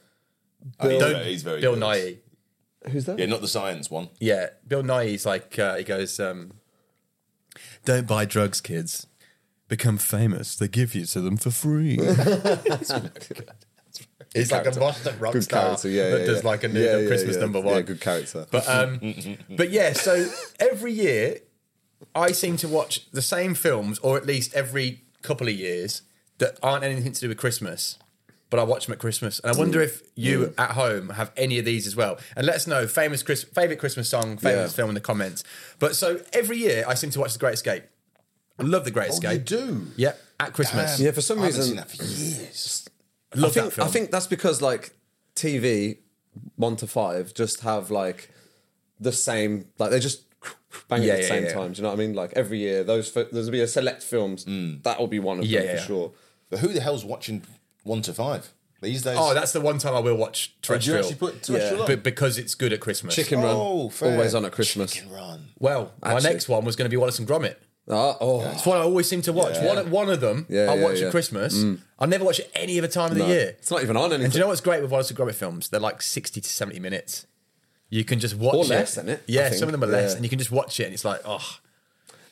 S4: Bill,
S3: Don't-
S4: he's very
S3: Bill
S4: good.
S3: Nye.
S1: Who's that?
S4: Yeah, not the science one.
S3: Yeah, Bill Nye's like uh, he goes, um, "Don't buy drugs, kids. Become famous. They give you to them for free." He's like a washed up rock
S1: good
S3: star
S1: character. Yeah,
S3: that
S1: yeah,
S3: does
S1: yeah.
S3: like a new
S1: Yeah,
S3: little
S1: yeah,
S3: Christmas
S1: yeah.
S3: number one.
S1: Yeah, good character.
S3: But um, but yeah, so every year I seem to watch the same films, or at least every couple of years, that aren't anything to do with Christmas. But I watch them at Christmas, and I wonder if you
S1: Mm.
S3: at home have any of these as well. And let us know famous Chris, favorite Christmas song, famous
S1: Yeah.
S3: film in the comments. But so every year I seem to watch The Great Escape. I love The Great
S1: Oh,
S3: Escape.
S4: do.
S3: Yep, at Christmas.
S1: yeah, for some
S4: I haven't
S1: reason,
S4: seen that for years.
S3: Love
S1: I think,
S3: that film.
S1: I think that's because like TV one to five just have like the same like they just bang it
S3: Yeah,
S1: at the
S3: yeah,
S1: same
S3: yeah.
S1: time. Do you know what I mean? Like every year, those fi- there'll be a select films that will be one of
S3: Yeah,
S1: them
S3: yeah,
S1: for
S3: yeah.
S1: sure.
S4: But who the hell's watching one to five these days?
S3: oh, that's the one time I will watch
S4: Did you
S3: terrestrial,
S4: actually put terrestrial
S1: Yeah.
S4: on?
S3: but because it's good at Christmas.
S1: Chicken Run
S4: Oh, fair.
S1: always on at Christmas.
S4: Chicken Run.
S3: Well, my
S1: Actually-
S3: next one was going to be Wallace and Gromit.
S1: Ah, oh,
S3: It's one I always seem to watch.
S4: Yeah.
S3: One, one of them
S1: Yeah,
S3: I
S1: yeah,
S3: watch
S1: yeah. Mm.
S3: at Christmas. I never watch it any other time of the
S1: no.
S3: year.
S1: it's not even on anything.
S3: And do you know what's great with Wallace and Gromit films? They're like sixty to seventy minutes. You can just watch
S1: Or
S3: it.
S1: less, isn't it? I
S3: Yeah,
S1: think.
S3: some of them are less,
S1: Yeah.
S3: and you can just watch it, and it's like, oh,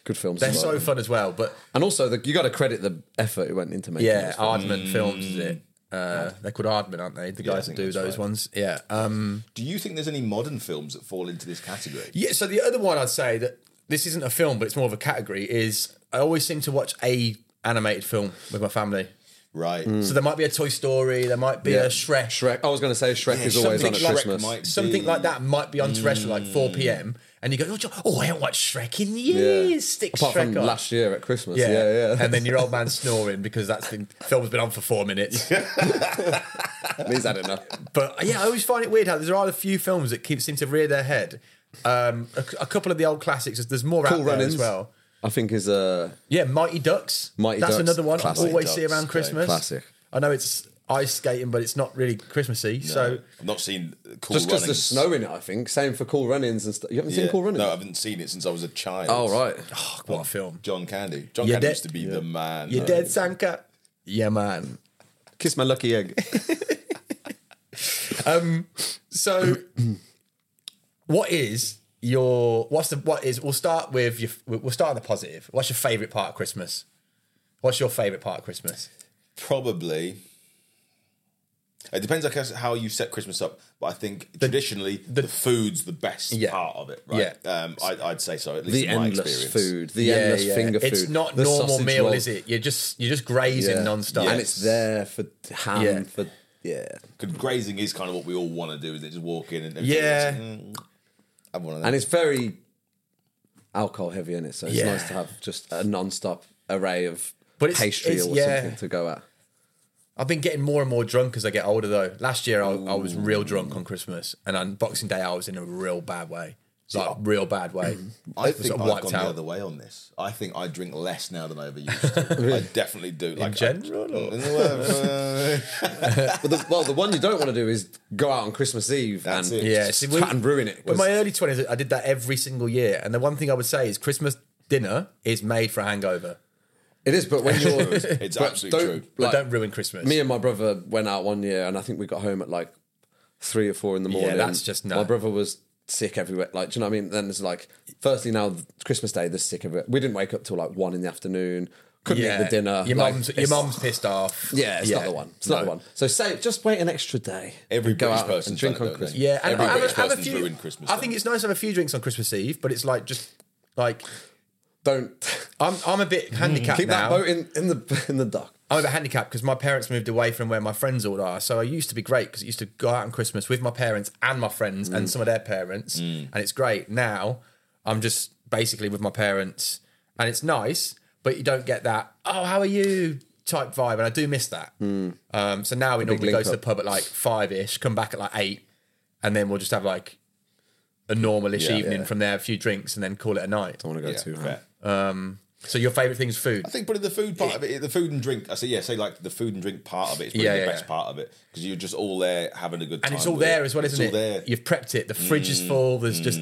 S1: Good films.
S3: they're
S1: as well.
S3: so fun as well. But
S1: And also, the, you got to credit the effort it went into making.
S3: yeah,
S1: those films.
S3: Aardman Films is it? Uh, they're called Aardman, aren't they? The
S4: Mm. I
S3: guys
S4: think
S3: that do
S4: that's
S3: those
S4: right.
S3: ones. Yeah. Um,
S4: Do you think there's any modern films that fall into this category?
S3: yeah. So the other one I'd say that this isn't a film, but it's more of a category is I always seem to watch a animated film with my family.
S4: Right.
S1: Hmm.
S3: So there might be a Toy Story, there might be
S1: Yeah.
S3: a Shrek.
S1: Shrek. I was going to say Shrek is always on at
S4: Something Shrek
S1: Christmas.
S4: might
S3: Something
S4: be- Mm.
S3: like that might be on terrestrial, like 4 p.m. And you go, oh, Jo- oh, I haven't watched Shrek in
S1: Yeah.
S3: years. Stick
S1: Apart
S3: Shrek
S1: from
S3: on.
S1: last year at Christmas. Yeah, yeah.
S3: And then your old man's snoring because that's the film's been on for four minutes.
S1: he's had enough.
S3: But yeah, I always find it weird how there are a few films that keep seem to rear their head. Um, a, a couple of the old classics. There's more
S1: Cool
S3: out there
S1: Runnings.
S3: as well.
S1: I think is a
S3: Yeah, Mighty Ducks.
S1: Mighty
S3: that's
S1: Ducks,
S3: another one I
S1: classic.
S3: always see
S4: Ducks,
S3: around
S4: okay.
S3: Christmas.
S1: Classic.
S3: I know it's ice skating, but it's not really Christmassy. So
S4: No, I've not seen uh, Cool
S1: Just because
S4: Runnings.
S1: there's snow in it, I think. Same for Cool Runnings and stuff. You haven't
S4: Yeah.
S1: seen Cool Runnings?
S4: No, I haven't seen it since I was a child.
S1: Oh, right.
S3: what a film.
S4: John Candy. John
S3: You're
S4: Candy
S3: dead.
S4: used to be the man.
S3: You're dead, Sanka. Yeah, man.
S1: Kiss my lucky egg.
S3: So What is your what's the what is we'll start with your we'll start on the positive. What's your favorite part of Christmas? What's your favorite part of Christmas?
S4: Probably. It depends, I guess, how you set Christmas up. But I think traditionally, the, food's the best
S3: Yeah.
S4: part of it, right?
S3: Yeah.
S4: Um, I, I'd say so. At least
S1: The
S4: in my
S1: endless
S4: experience.
S1: food, the endless finger food.
S3: It's not
S1: the
S3: normal
S1: sausage
S3: meal,
S1: roll.
S3: is it? You're just you're just grazing
S1: Yeah.
S3: non-stop.
S1: And it's there for ham,
S3: Yeah.
S1: for. Yeah.
S4: 'Cause grazing is kind of what we all want to do. Is it just walk in and and
S3: Yeah.
S4: feel like, "Mm, I'm one of them.
S1: And it's very alcohol heavy in it, so it's
S3: Yeah.
S1: nice to have just a non stop array of
S3: But it's-
S1: pastry
S3: it's-
S1: or
S3: yeah.
S1: something to go at.
S3: I've been getting more and more drunk as I get older, though. Last year, I, I was real drunk on Christmas, and on Boxing Day, I was in a real bad way, like real bad way.
S4: I
S3: was
S4: think I've
S3: sort of
S4: gone the other way on this. I think I drink less now than I ever used to. I definitely do. Like I-
S3: general, or-
S4: In the world, uh,
S1: But the, well, the one you don't want to do is go out on Christmas Eve
S4: That's
S1: and
S4: it.
S3: Yeah,
S1: just
S3: see,
S1: try
S3: we-
S1: and ruin it.
S3: In
S1: 'cause-
S3: my early twenties, I did that every single year, and the one thing I would say is Christmas dinner is made for a hangover,
S1: it is, but when you're.
S4: it's
S1: but
S4: absolutely
S1: don't-
S4: true.
S3: but
S1: like,
S3: don't ruin Christmas.
S1: me and my brother went out one year, and I think we got home at like three or four in the morning.
S3: that's just
S1: My
S3: nut.
S1: brother was sick everywhere. Like, do you know what I mean? Then it's like, firstly, now Christmas Day, there's sick everywhere. We didn't wake up till like one in the afternoon. Couldn't eat the dinner.
S3: Your
S1: like,
S3: mum's your
S1: it's-
S3: mum's pissed off.
S1: Yeah, it's not the one. It's not the
S3: No.
S1: one. So save, just wait an extra day.
S4: Every
S1: Go
S4: British
S1: out
S4: person's
S1: and drink
S4: done it,
S1: on
S4: don't they?
S1: Christmas.
S3: Yeah, and
S4: Every
S3: have, a-
S4: British
S3: have a
S4: person's
S3: few.
S4: ruined Christmas
S3: I
S4: then.
S3: think it's nice to have a few drinks on Christmas Eve, but it's like just like
S1: Don't
S3: I'm I'm a bit handicapped
S1: keep that
S3: now.
S1: boat in, in the in the dock.
S3: I'm a bit handicapped because my parents moved away from where my friends all are. So I used to be great because I used to go out on Christmas with my parents and my friends
S4: Mm.
S3: and some of their parents, and it's great. Now I'm just basically with my parents, and it's nice, but you don't get that "oh, how are you" type vibe, and I do miss that.
S4: Mm.
S3: Um, so now we normally go
S1: link
S3: to the
S1: up.
S3: pub at like five ish, come back at like eight, and then we'll just have like a normalish
S4: Yeah.
S3: evening
S4: Yeah.
S3: from there, a few drinks, and then call it a night.
S1: Don't want to go
S4: Yeah,
S1: too high.
S4: fair.
S3: So your favorite thing is food.
S4: I think probably the food part of it, the food and drink. I say yeah, say like the food and drink part of it is probably
S3: Yeah,
S4: the
S3: yeah,
S4: best
S3: yeah.
S4: part of it because you're just all there having a good time.
S3: and it's all
S4: with
S3: there as well,
S4: It's
S3: isn't it?
S4: all there.
S3: You've prepped it. The fridge is full. There's just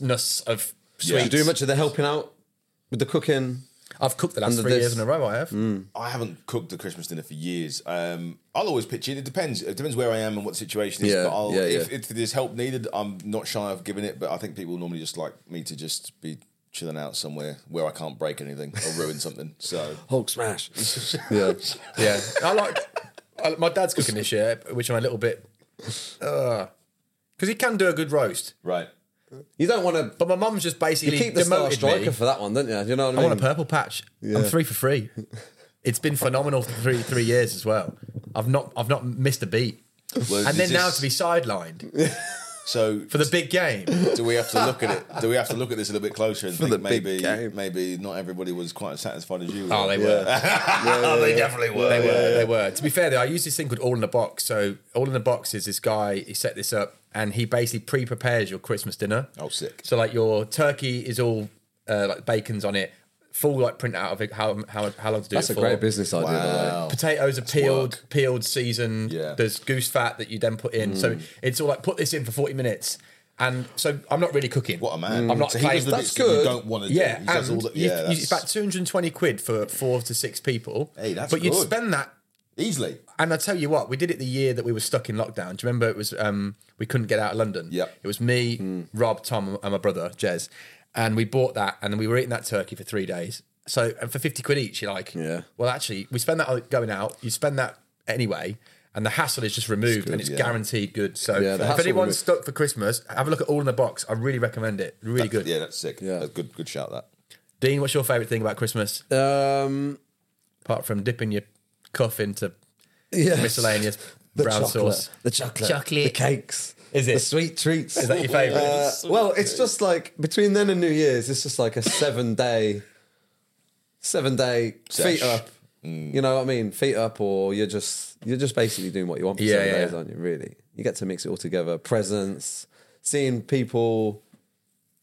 S3: endlessness of
S4: Yeah.
S3: sweets.
S1: Do much of the helping out with the cooking.
S3: I've cooked the last
S1: Under
S3: three
S1: this-
S3: years in a row. I have.
S4: I haven't cooked a Christmas dinner for years. Um, I'll always pitch in. It depends. It depends where I am and what the situation is.
S1: Yeah,
S4: but I'll,
S1: yeah,
S4: if,
S1: yeah.
S4: if there's help needed, I'm not shy of giving it. But I think people normally just like me to just be chilling out somewhere where I can't break anything or ruin something. So
S1: Hulk smash. yeah.
S3: Yeah, I like. I, my dad's cooking this year, which I'm a little bit. Because he can do a good roast,
S4: right,
S1: You don't want to.
S3: but my mum's just
S1: You
S3: basically
S1: keep the star
S3: demoted
S1: striker
S3: me.
S1: for that one, don't you? You know what I
S3: I
S1: mean?
S3: want a purple patch. I'm three for three. It's been phenomenal for three three years as well. I've not I've not missed a beat.
S4: Well,
S3: And
S4: is
S3: then now
S4: this-
S3: to be sidelined
S4: so
S3: for the big game.
S4: do we have to look at it? Do we have to look at this a little bit closer and
S1: the
S4: think
S1: big
S4: maybe
S1: game.
S4: maybe not everybody was quite as satisfied as you?
S3: Oh,
S4: were?
S3: they were. oh, they definitely were. They were. They were. To be fair, though, I use this thing called All in a Box. So, All in a Box is this guy. He set this up, and he basically pre-prepares your Christmas dinner.
S4: Oh, sick.
S3: So, like your turkey is all uh, like bacon's on it. Full like print out of it. How how how long to do
S1: That's
S3: it
S1: a
S3: for.
S1: great business idea. Wow.
S3: Potatoes are peeled,
S4: work.
S3: peeled, seasoned.
S4: Yeah. Mm.
S3: There's goose fat that you then put in. So it's all like put this in for 40 minutes. And so I'm not really cooking.
S4: What a man!
S3: I'm not
S4: So he
S3: playing.
S4: does the
S3: That's
S4: bits
S1: good.
S4: That you don't want to do.
S3: yeah,
S4: He
S3: and
S4: does all the-
S3: you-
S4: yeah,
S3: you-
S4: that's
S3: it's about 220 quid for four to six people.
S4: Hey, that's
S3: But you'd
S4: good.
S3: spend that.
S4: easily.
S3: And I tell you what, we did it the year that we were stuck in lockdown. Do you remember it was um, we couldn't get out of London?
S4: Yep.
S3: It was me, Rob, Tom, and my brother Jez, and we bought that, and we were eating that turkey for three days. So and for 50 quid each, you're like,
S1: Yeah.
S3: Well, actually, we spend that on going out. You spend that anyway. And the hassle is just removed, and it's
S4: yeah.
S3: guaranteed good. So,
S1: Yeah, the
S3: if
S1: hassle
S3: anyone's
S1: removed.
S3: stuck for Christmas, have a look at All in the Box. I really recommend it. Really good.
S4: Yeah, that's sick.
S1: Yeah.
S4: That's good. Good shout that.
S3: Dean, what's your favourite thing about Christmas?
S1: Um,
S3: apart from dipping your cuff into
S1: yeah.
S3: miscellaneous
S1: The
S3: brown
S1: chocolate,
S3: sauce.
S1: the chocolate,
S3: Chocolate.
S1: the cakes.
S3: Is it?
S1: the sweet treats?
S3: Is that your favourite?
S1: Uh, well, it's just like between then and New Year's, it's just like a seven day, seven day
S4: Sesh.
S1: feet up.
S3: Mm.
S1: You know what I mean? Feet up, or you're just you're just basically doing what you want for
S3: Yeah,
S1: seven
S3: yeah.
S1: days, aren't you? Really, you get to mix it all together. Presents, seeing people.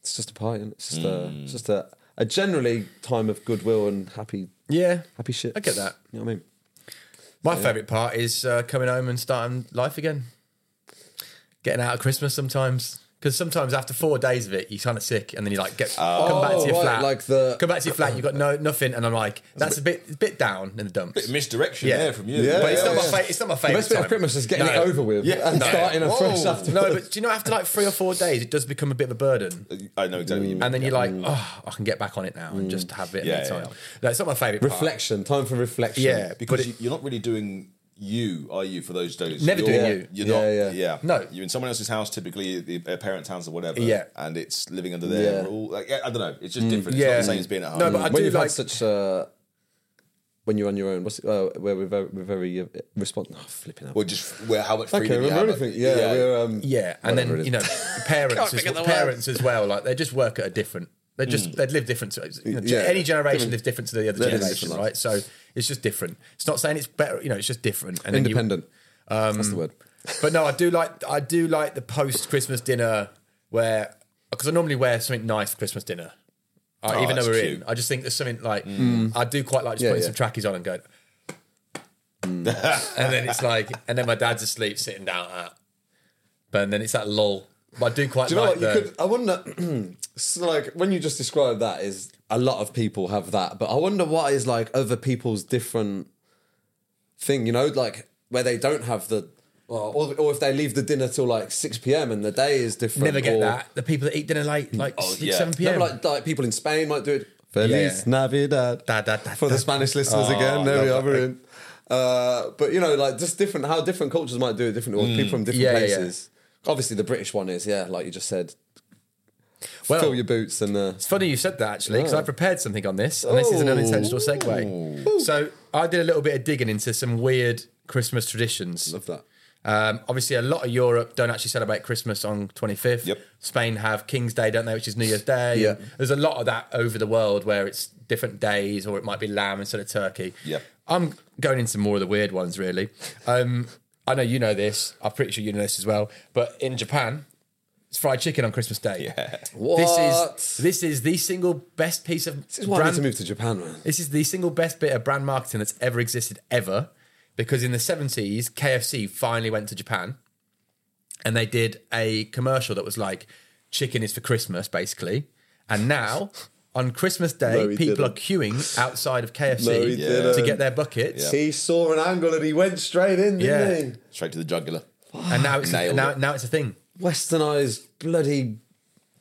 S1: It's just a party. is It's just
S3: Mm.
S1: a it's just a, a generally time of goodwill and happy
S3: yeah.
S1: happy shit.
S3: I get that.
S1: You know what I mean?
S3: My favourite part is uh, coming home and starting life again. Getting out of Christmas sometimes. Because sometimes after four days of it, you're kind of sick, and then you like get come back to your
S1: Oh, right,
S3: flat,
S1: like the-
S3: come back to your flat, you've got no nothing, and I'm like, that's a bit bit down in the dumps.
S4: Misdirection
S3: Yeah.
S4: there from you.
S1: Yeah,
S3: but it's
S1: yeah,
S3: not
S1: yeah.
S3: my fa- it's not my
S1: The
S3: favorite.
S1: best bit of Christmas is getting it over with
S4: Yeah.
S1: and
S4: No.
S1: starting afresh
S4: Whoa.
S1: after.
S3: No, but do you know after like three or four days, it does become a bit of a burden.
S4: Uh, I know exactly what you mean.
S3: And then you're like, oh, I can get back on it now
S1: Mm.
S3: and just have it
S4: Yeah,
S3: yeah,
S4: yeah,
S3: time.
S4: yeah.
S3: No, it's not my favourite. part.
S1: reflection, time for reflection.
S3: Yeah, because
S4: because you- you're not really doing you, are you, for those days?
S3: Never
S4: You're-
S3: doing you.
S4: You're
S1: Yeah,
S4: not.
S1: yeah.
S4: Yeah.
S3: No.
S4: You're in someone else's house, typically the- their parents' house or whatever.
S3: Yeah. Mm.
S4: And it's living under their
S1: Yeah.
S4: rule. Like, yeah, I don't know. It's just different. It's
S3: Yeah.
S4: not the same as being at home.
S3: No, but I
S1: when
S3: do
S1: you've
S3: like.
S1: had such uh, when you're on your own, what's it, uh, where we're very, we're very uh, responsive. Oh, flipping out.
S4: Well, just where how much
S1: I
S4: freedom
S1: can't
S4: you
S1: remember
S4: have.
S1: anything. Yeah, we're um,
S3: yeah, and
S1: whatever it
S3: then
S1: is.
S3: you know, parents, as,
S5: think of the word.
S3: parents as well. Like they just work at a different. They just they live different. To, you know,
S1: Mm. Yeah.
S3: Any generation lives different to the other
S1: Different
S3: generation,
S1: life.
S3: right? So it's just different. It's not saying it's better. You know, it's just different. And then you-
S1: independent. Um, That's the word.
S3: but no, I do like I do like the post Christmas dinner where because I normally wear something nice for Christmas dinner, uh,
S1: Ah,
S3: even though
S4: that's
S3: we're
S4: cute.
S3: in. I just think there's something like I do quite like
S1: Mm.
S3: just
S1: Yeah,
S3: putting
S1: yeah. Mm.
S3: some trackies on and going, and then it's like, and then my dad's asleep sitting down. At, but and then it's that lull. But I do quite
S1: Do you know what?
S3: like
S1: You
S3: the-
S1: could. I wonder. it's like when you just described that, is a lot of people have that, but I wonder what is like other people's different thing. You know, like where they don't have the. Or, or- or if they leave the dinner till like six p.m. and the day is different.
S3: never get
S1: or-
S3: that. The people that eat dinner late, like
S4: yeah.
S3: seven
S1: No,
S3: p.m.
S1: but like, like people in Spain might do it. Feliz Navidad.
S3: Da, da, da,
S1: For the
S3: da.
S1: Spanish listeners again, there we are. We're in. Ah, Uh, but you know, like just different how different cultures might do it differently, or people from different
S3: Yeah, yeah, yeah.
S1: places. Obviously, the British one is yeah, like you just said,
S3: well,
S1: fill your boots and uh,
S3: It's funny you said that actually because
S1: Oh.
S3: I prepared something on this, and this is an unintentional segue. So I did a little bit of digging into some weird Christmas traditions.
S1: love that.
S3: Um, obviously, a lot of Europe don't actually celebrate Christmas on 25th.
S4: Yep.
S3: Spain have King's Day, don't they, which is New Year's Day.
S1: Yeah.
S3: There's a lot of that over the world where it's different days or it might be lamb instead of turkey.
S4: Yep.
S3: I'm going into more of the weird ones, really. Um, I know you know this. I'm pretty sure you know this as well. But in Japan, it's fried chicken on Christmas Day. This is
S1: What?
S3: this is the single best piece of
S1: This is why I need to move to Japan, man.
S3: this is the single best bit of brand marketing that's ever existed ever. Because in the 70s, KFC finally went to Japan and they did a commercial that was like, chicken is for Christmas, basically. And now, on Christmas Day,
S1: No, he
S3: people
S1: didn't.
S3: are queuing outside of
S1: No, he
S3: KFC to
S1: didn't.
S3: get their buckets.
S1: He saw an angle and he went straight in, didn't
S3: Yeah.
S4: Straight to the jugular.
S3: And now it's,
S4: Nailed
S3: now,
S4: it.
S3: now it's a thing.
S1: he? Westernized bloody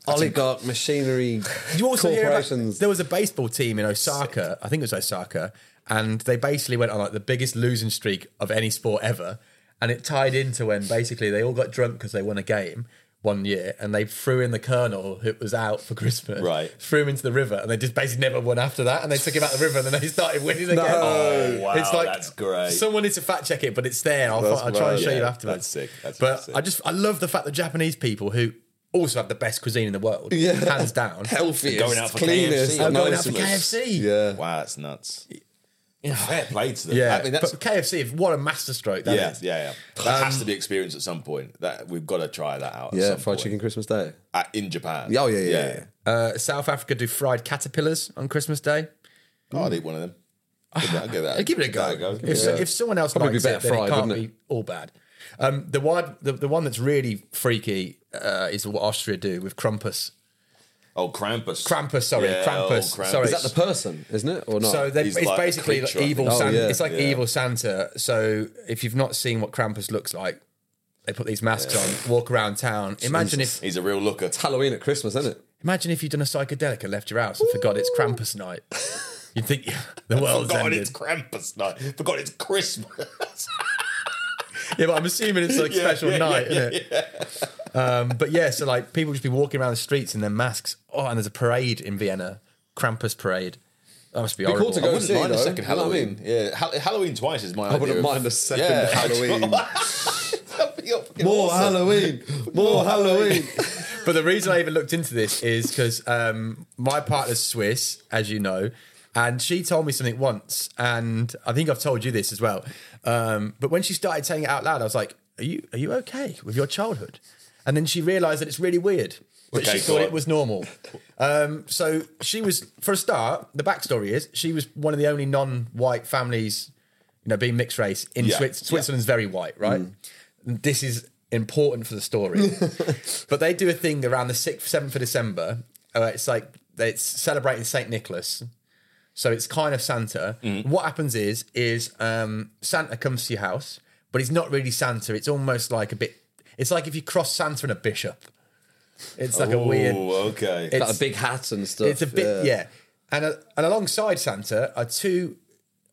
S1: oligarch machinery
S3: You also hear about,
S1: corporations.
S3: there was a baseball team in Osaka, I think it was Osaka, and they basically went on like the biggest losing streak of any sport ever, and it tied into when basically they all got drunk because they won a game one year, and they threw in the colonel who was out for Christmas,
S4: Right.
S3: Threw him into the river, and they just basically never won after that, and they took him out the river, and then they started winning again.
S4: Oh, wow.
S3: it's like
S4: that's great.
S3: Someone needs to fact check it, but it's there. I'll, I'll try
S4: mad.
S3: and show you
S4: Yeah,
S3: afterwards.
S4: that's sick. That's
S3: but
S4: sick.
S3: I just I love the fact that Japanese people who also have the best cuisine in the world,
S1: Yeah.
S3: hands down,
S1: healthiest,
S4: Going out for
S1: cleanest,
S4: KFC. I'm
S3: going out for
S1: nicest.
S3: KFC.
S1: Yeah.
S4: wow, that's nuts. Fair play to them.
S3: Yeah,
S4: I mean, that's.
S3: but KFC. What a masterstroke that is!
S4: yeah, yeah, yeah. That has to
S3: Um,
S4: be experienced at some point. That we've got to try that out. at
S1: Yeah,
S4: some
S1: fried
S4: point.
S1: chicken Christmas Day.
S4: Uh, in Japan.
S1: Oh yeah, yeah, yeah. yeah.
S3: Uh, South Africa do fried caterpillars on Christmas Day.
S4: Oh, I'd eat one of them. Give that, give that-
S3: Uh, give it a go.
S4: Give it
S3: If,
S4: a
S3: so,
S4: go.
S3: if someone else
S1: Probably be
S3: likes
S1: better
S3: it, then
S1: fried,
S3: it can't
S1: wouldn't
S3: be
S1: it?
S3: all bad. Um, the, wide, the the one that's really freaky uh, is what Austria do with Krampus.
S4: Oh, Krampus.
S3: Krampus, sorry,
S4: Yeah, oh,
S3: Krampus. Sorry.
S1: Is that the person, isn't it, or not?
S3: So they,
S4: He's
S3: it's
S4: like a
S3: basically
S4: creature, I
S3: like
S4: think.
S3: evil
S1: Oh,
S3: Santa.
S1: yeah.
S3: It's like
S4: Yeah.
S3: evil Santa. So if you've not seen what Krampus looks like, they put these masks on, walk around town. Imagine if
S4: He's a real looker.
S1: Halloween at Christmas, isn't it?
S3: imagine if you'd done a psychedelic and left your house and forgot it's Krampus night. You'd think the world's
S4: Forgot
S3: ended.
S4: it's Krampus night. Forgot it's Christmas.
S3: Yeah, but I'm assuming it's like a
S4: Yeah,
S3: special
S4: yeah,
S3: night, isn't it? Um, but yeah, so like people just be walking around the streets in their masks. Oh, and there's a parade in Vienna, Krampus parade. That must be,
S1: cool
S3: horrible.
S1: to
S4: I
S1: go
S4: wouldn't
S1: see,
S4: mind a
S1: though.
S4: second
S1: You know what I
S4: Halloween.
S1: mean?
S4: Yeah, Hall- Halloween twice is my
S1: I wouldn't
S4: idea of-
S1: mind a second Halloween.
S4: That'd be fucking
S1: More
S4: awesome.
S1: Halloween, more Halloween.
S3: But the reason I even looked into this is because um, my partner's Swiss, as you know, and she told me something once, and I think I've told you this as well. Um, but when she started saying it out loud, I was like, "Are you are you okay with your childhood?" And then she realised that it's really weird. But
S4: Okay,
S3: she thought
S4: go
S3: it
S4: on.
S3: was normal. Um, so she was, for a start, the backstory is she was one of the only non-white families, you know, being mixed race in
S4: Yeah, Mm.
S3: Switzerland.
S4: yeah.
S3: Switzerland's very white, right? This is important for the story. but they do a thing around the 6th, 7th of December. Uh, it's like it's celebrating St. Nicholas. So it's kind of Santa.
S4: Mm.
S3: What happens is is um, Santa comes to your house, but he's not really Santa. It's almost like a bit. It's like if you cross Santa and a bishop. It's like a weird.
S4: Oh, okay.
S3: It's,
S1: Got a big hat and stuff.
S3: it's a bit yeah, and uh, and alongside Santa are two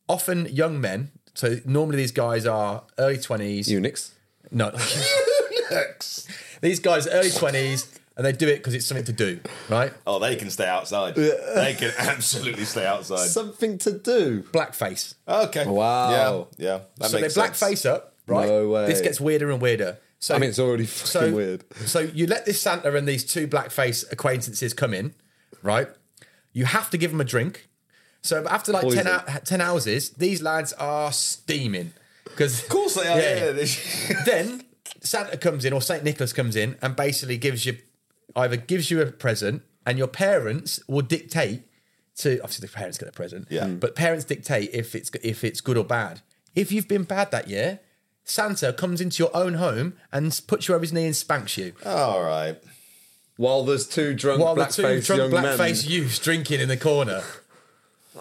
S3: often young men. So normally these guys are early twenties.
S1: Unix.
S3: No. Eunuchs. These guys, early 20s, and they do it because it's something to do, right?
S4: oh, they can stay outside. they can absolutely stay outside.
S1: Something to do.
S3: Blackface.
S4: okay.
S1: Wow.
S4: Yeah. Yeah. That
S3: so they
S4: makes sense.
S3: blackface up, right?
S1: No way.
S3: This gets weirder and weirder. So,
S1: I mean, it's already fucking
S3: so,
S1: weird.
S3: So you let this Santa and these two blackface acquaintances come in, right? You have to give them a drink. So after like 10,
S1: Poison.
S3: hou- 10 houses, these lads are steaming. Because
S4: Of course they are. Yeah. they-
S3: then Santa comes in or Saint Nicholas comes in and basically gives you either gives you a present and your parents will dictate to obviously the parents get a present.
S4: Yeah. Mm.
S3: But parents dictate if it's if it's good or bad. If you've been bad that year, Santa comes into your own home and puts you over his knee and spanks you.
S4: All right.
S1: While there's two drunk
S3: while the two
S1: blackface young
S3: drunk
S1: men.
S3: blackface youths drinking in the corner.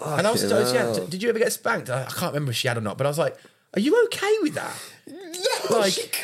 S3: and I was
S1: Fucking
S3: just, yeah,
S1: hell.
S3: d- did you ever get spanked? I, I can't remember if she had or not, but I was like, are you okay with that? No, like,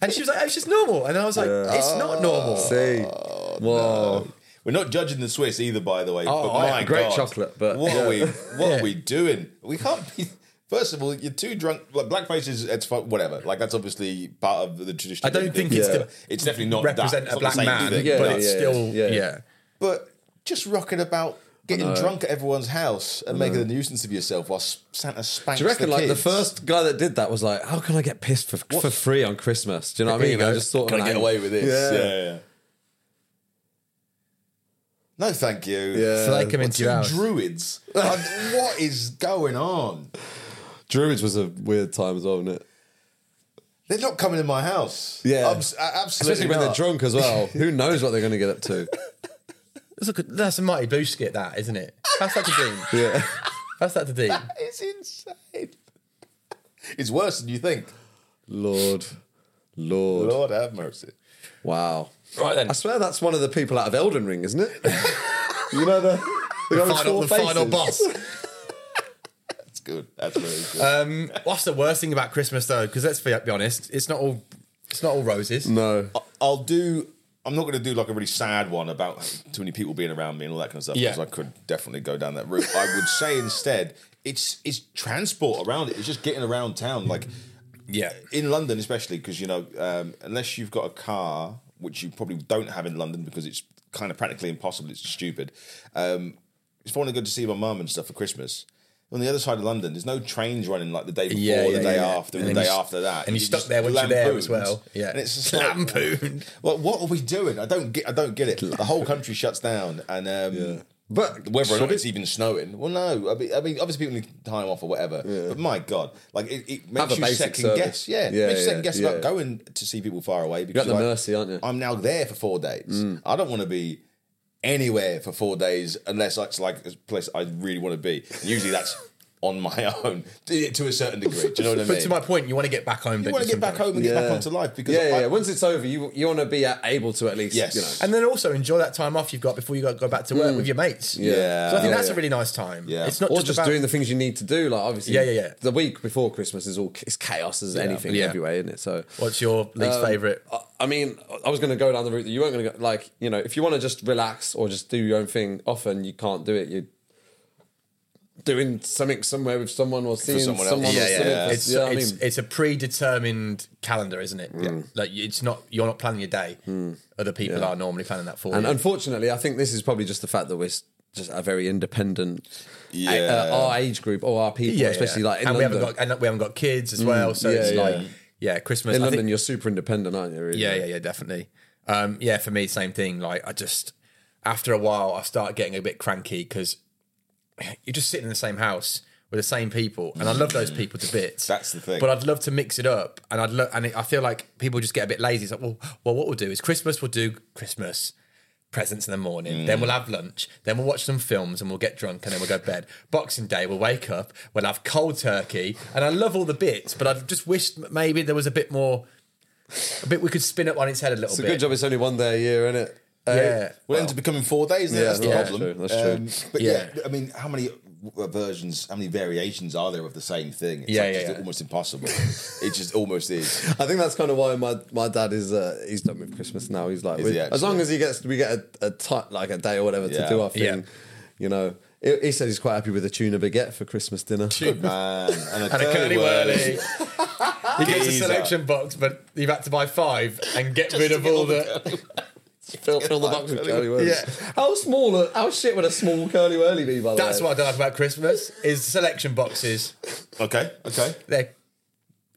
S3: and she was like, oh, it's just normal. And I was like, it's not normal.
S1: See, whoa,
S4: We're not judging the Swiss either, by the way.
S3: Oh,
S4: but
S3: I-
S4: my
S1: great
S4: God,
S1: chocolate, but-
S4: what
S1: Yeah.
S4: are we? What
S3: Yeah.
S4: are we doing? We can't be. First of all, you're too drunk. Like blackface is it's fu- whatever. Like that's obviously part of the tradition.
S3: I don't think it's to
S4: it's definitely not
S3: represent
S4: that. It's
S3: a
S4: not
S3: black
S4: the same
S3: man,
S4: thing.
S1: Yeah,
S3: but
S1: yeah,
S3: it's
S1: yeah,
S3: still,
S1: yeah.
S3: yeah.
S4: But just rocking about, getting drunk at everyone's house and making a nuisance of yourself while S- Santa spanks.
S1: Do you reckon
S4: the
S1: like
S4: kids.
S1: the first guy that did that was like, how can I get pissed for, for free on Christmas? Do you know what I
S3: There
S1: mean?
S3: you
S1: I
S3: go.
S1: just thought,
S4: Can I get away with this?
S1: Yeah.
S4: yeah, yeah. No, thank you.
S1: Yeah.
S3: So they come into your house.
S4: Druids. Like, what is going on?
S1: Druids was a weird time as well, wasn't it?
S4: They're not coming in my house.
S1: Yeah.
S4: Abs- a- absolutely.
S1: Especially when they're
S4: not.
S1: drunk as well. Who knows what they're going to get up to?
S3: That's, a, that's a mighty blue skit, that, isn't it? Pass that to Dean.
S1: Yeah.
S3: Pass that to Dean.
S4: It's insane. It's worse than you think.
S1: Lord, Lord,
S4: Lord have mercy.
S1: wow. Right then, I swear that's one of the people out of Elden Ring, isn't it? you know the, the, guy with
S3: Final,
S1: four
S3: the final
S1: faces?
S3: boss.
S4: That's good. That's really good.
S3: What's the worst thing about Christmas, though? Because let's be, be honest, it's not all. It's not all roses.
S1: No,
S4: I'll do. I'm not going to do like a really sad one about too many people being around me and all that kind of stuff.
S3: Yeah.
S4: Because I could definitely go down that route. I would say instead, it's it's transport around it. It's just getting around town. Like
S3: Yeah.
S4: in London, especially because you know, um, unless you've got a car, which you probably don't have in London because it's kind of practically impossible. It's stupid. Um, it's probably good to see my mum and stuff for Christmas. On the other side of London, there's no trains running like the day before,
S3: Yeah, yeah,
S4: the day
S3: yeah.
S4: after, and,
S3: And
S4: the
S3: then
S4: day
S3: you s-
S4: after that,
S3: and you're
S4: It
S3: stuck
S4: just
S3: there once you're there
S4: lampoons.
S3: as well. Yeah.
S4: and it's just like,
S3: Lampoon.
S4: well, what are we doing? I don't get. I don't get it. The whole country shuts down, and um,
S1: but
S4: whether or
S1: should
S4: not
S1: it-
S4: it's even snowing, well, no. I mean, I mean obviously people need time off or whatever. But my God, like it, it
S1: Have a
S4: makes you
S1: basic
S4: second
S1: service.
S4: guess.
S1: Yeah,
S4: Yeah, it makes you second
S1: yeah,
S4: guess
S1: yeah.
S4: about going to see people far away because
S1: the
S4: like,
S1: mercy, aren't you? Mm.
S4: I'm now there for four days. I don't want to be anywhere for four days unless it's like a place I really want to be. And usually that's on my own to to a certain degree. Do you know what I mean?
S3: But to my point, you want to get back home.
S4: you want to get back home and get back onto life because
S1: yeah, yeah,
S4: I,
S1: yeah. Once it's over, you you want to be uh, able to at least,
S4: Yes.
S1: you know,
S3: And then also enjoy that time off you've got before you got to go back to
S1: Mm.
S3: work with your mates.
S4: Yeah.
S3: So I think
S4: Yeah,
S3: that's
S4: yeah.
S3: a really nice time.
S4: Yeah.
S3: It's not
S1: or
S3: just,
S1: just,
S3: about,
S1: doing the things you need to do. Like obviously,
S3: Yeah, yeah, yeah.
S1: The week before Christmas is all it's chaos as anything
S3: yeah.
S1: everywhere, isn't it? So
S3: What's your least
S1: um,
S3: favourite?
S1: I, I mean, I was going to go down the route that you weren't going to go. Like you know, if you want to just relax or just do your own thing, often you can't do it. You're doing something somewhere with someone or seeing
S4: someone
S1: someone,
S4: else.
S1: or
S4: Yeah, yeah,
S1: something.
S4: yeah.
S1: for-
S3: It's,
S1: you know what I
S3: it's,
S1: mean?
S3: it's a predetermined calendar, isn't it? Yeah. Like it's not you're not planning your day. Other people are normally planning that for
S1: Hmm. And
S3: you.
S1: unfortunately, I think this is probably just the fact that we're s- just a very independent,
S4: Yeah.
S1: uh, our age group or our people, especially like in
S3: and
S1: London. Hmm.
S3: we haven't got and we haven't got kids as well, so
S1: yeah,
S3: it's
S1: yeah.
S3: like yeah, Christmas.
S1: in
S3: I
S1: London,
S3: think-
S1: you're super independent, aren't you? Really?
S3: Yeah, yeah, yeah, definitely. Um, yeah, for me, same thing. Like, I just after a while, I start getting a bit cranky because you're just sitting in the same house with the same people, and I love those people to bits.
S4: Mm. That's the thing.
S3: But I'd love to mix it up, and I'd love, and it, I feel like people just get a bit lazy. It's like, well, well, what we'll do is Christmas, we'll do Christmas presents in the morning. Then
S1: Mm.
S3: we'll have lunch. Then we'll watch some films and we'll get drunk and then we'll go to bed. Boxing Day, we'll wake up. We'll have cold turkey. And I love all the bits, but I just wished m- maybe there was a bit more But we could spin up on its head a little
S1: It's a
S3: bit.
S1: good job it's only one day a year, isn't it?
S3: Yeah.
S4: Well, it ends up becoming four days. Then.
S1: Yeah,
S4: that's the
S1: that's
S4: problem. Um,
S1: true, that's true.
S4: but
S3: Yeah.
S4: yeah. I mean, how many versions, how many variations are there of the same thing? It's
S3: Yeah,
S4: like
S3: yeah,
S4: just
S3: yeah.
S4: almost impossible. it just almost is.
S1: I think that's kind of why my, my dad is uh, he's done with Christmas now. He's like,
S4: Is
S1: with-
S4: he
S1: as long
S4: actually?
S1: as he gets we get a, a ti- like a day or whatever to
S4: Yeah.
S1: do our thing,
S3: Yeah.
S1: you know. He, he said he's quite happy with a tuna baguette for Christmas dinner.
S4: Good man. And a,
S3: And a curly whirly. he gets a
S4: Geezer.
S3: selection box, but you've had to buy five and get rid of all the.
S1: Fill, fill the box with curly whirlies.
S3: Yeah.
S1: How small? a- How shit would a small curly whirly be? By the
S3: That's
S1: way,
S3: what I don't like about Christmas is selection boxes.
S4: Okay. Okay.
S3: They're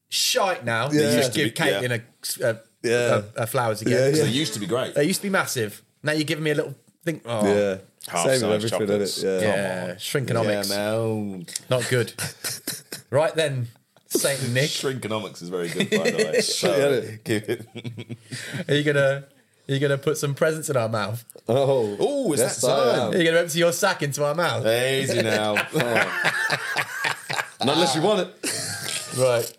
S3: shite now. They
S4: Used
S3: just
S4: to
S3: give
S4: be-
S3: cake
S4: yeah.
S3: and a, a,
S1: Yeah.
S3: a, a flowers again.
S1: Yeah, yeah.
S4: They used to be great.
S3: They used to be massive. Now you're giving me a little thing. Oh,
S1: Yeah,
S4: Half
S1: same with
S4: size
S1: everything in
S4: chocolates.
S1: it. Yeah.
S3: yeah. Shrinkonomics.
S4: man.
S3: Not good. right then, Saint Nick,
S4: Shrinkonomics is very good, by the way.
S1: Get
S4: So,
S1: it?
S4: give it.
S3: are you gonna are you gonna put some presents in our mouth?
S1: Oh,
S4: Oh, is
S1: Yes,
S4: that
S1: I
S4: time?
S1: am.
S3: Are you gonna empty your sack into our mouth?
S4: Easy now.
S1: not unless you want it.
S3: Right.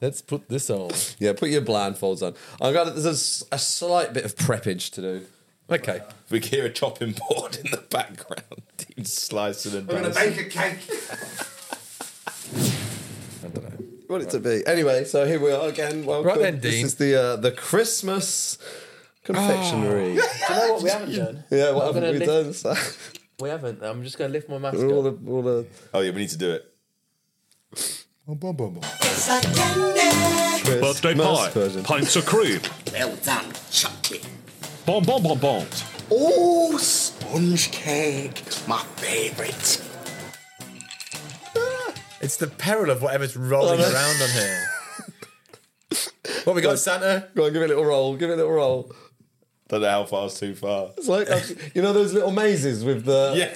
S3: Let's put this on.
S1: Yeah, put your blindfolds on. I've got there's a s- a, slight bit of preppage to do.
S3: Okay.
S4: we hear a chopping board in the background. He's slicing and dicing.
S8: a cake.
S3: I don't know.
S1: What it to be? Anyway, so here we are again. Welcome.
S3: Right then,
S1: This
S3: Dean.
S1: is the uh, the Christmas confectionery.
S8: Do you know what we haven't done?
S1: Yeah, what
S8: I'm
S1: haven't
S8: gonna
S1: we
S8: lift-
S1: done? So,
S8: We haven't. I'm just going to lift my mask
S1: all
S8: up.
S1: the, all the,
S4: Oh, yeah, we need to do it.
S2: Birthday
S1: Nice
S2: pie.
S1: version.
S2: Pints of cream.
S5: Well done, chocolate.
S2: Bon bon bon bons.
S5: Oh, sponge cake, my favourite.
S3: It's the peril of whatever's rolling
S1: Oh, no.
S3: around on here. what we got, Santa?
S1: go on, give it a little roll. Give it a little roll.
S4: Don't know how far's too far.
S1: It's like uh, you know those little mazes with the
S4: Yeah.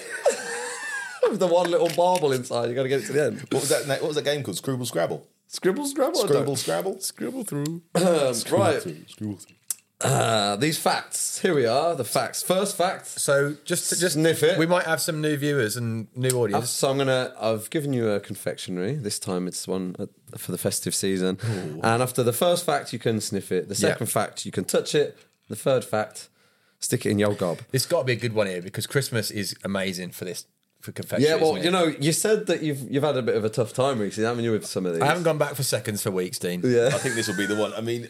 S1: with the one little marble inside. You got to get it to the end.
S4: What was that? What was that game called? Scribble Scrabble.
S1: Scribble, scrabble, I don't-
S4: Scribble Scrabble. Scribble through.
S1: right. Uh, these facts. Here we are. The facts. First fact.
S3: So just just
S1: Sniff it.
S3: We might have some new viewers and new audience.
S1: So I'm gonna. I've given you a confectionery. This time it's one uh, for the festive season. And after the first fact, you can sniff it. The second fact, you can touch it. The third fact, stick it in your gob.
S3: It's got to be a good one here because Christmas is amazing for this for confection.
S1: Yeah. Well,
S3: isn't it?
S1: you know, you said that you've you've had a bit of a tough time recently, haven't you, with some of these?
S3: I haven't gone back for seconds for weeks, Dean.
S4: I
S1: Yeah.
S4: think this will be the one. I mean,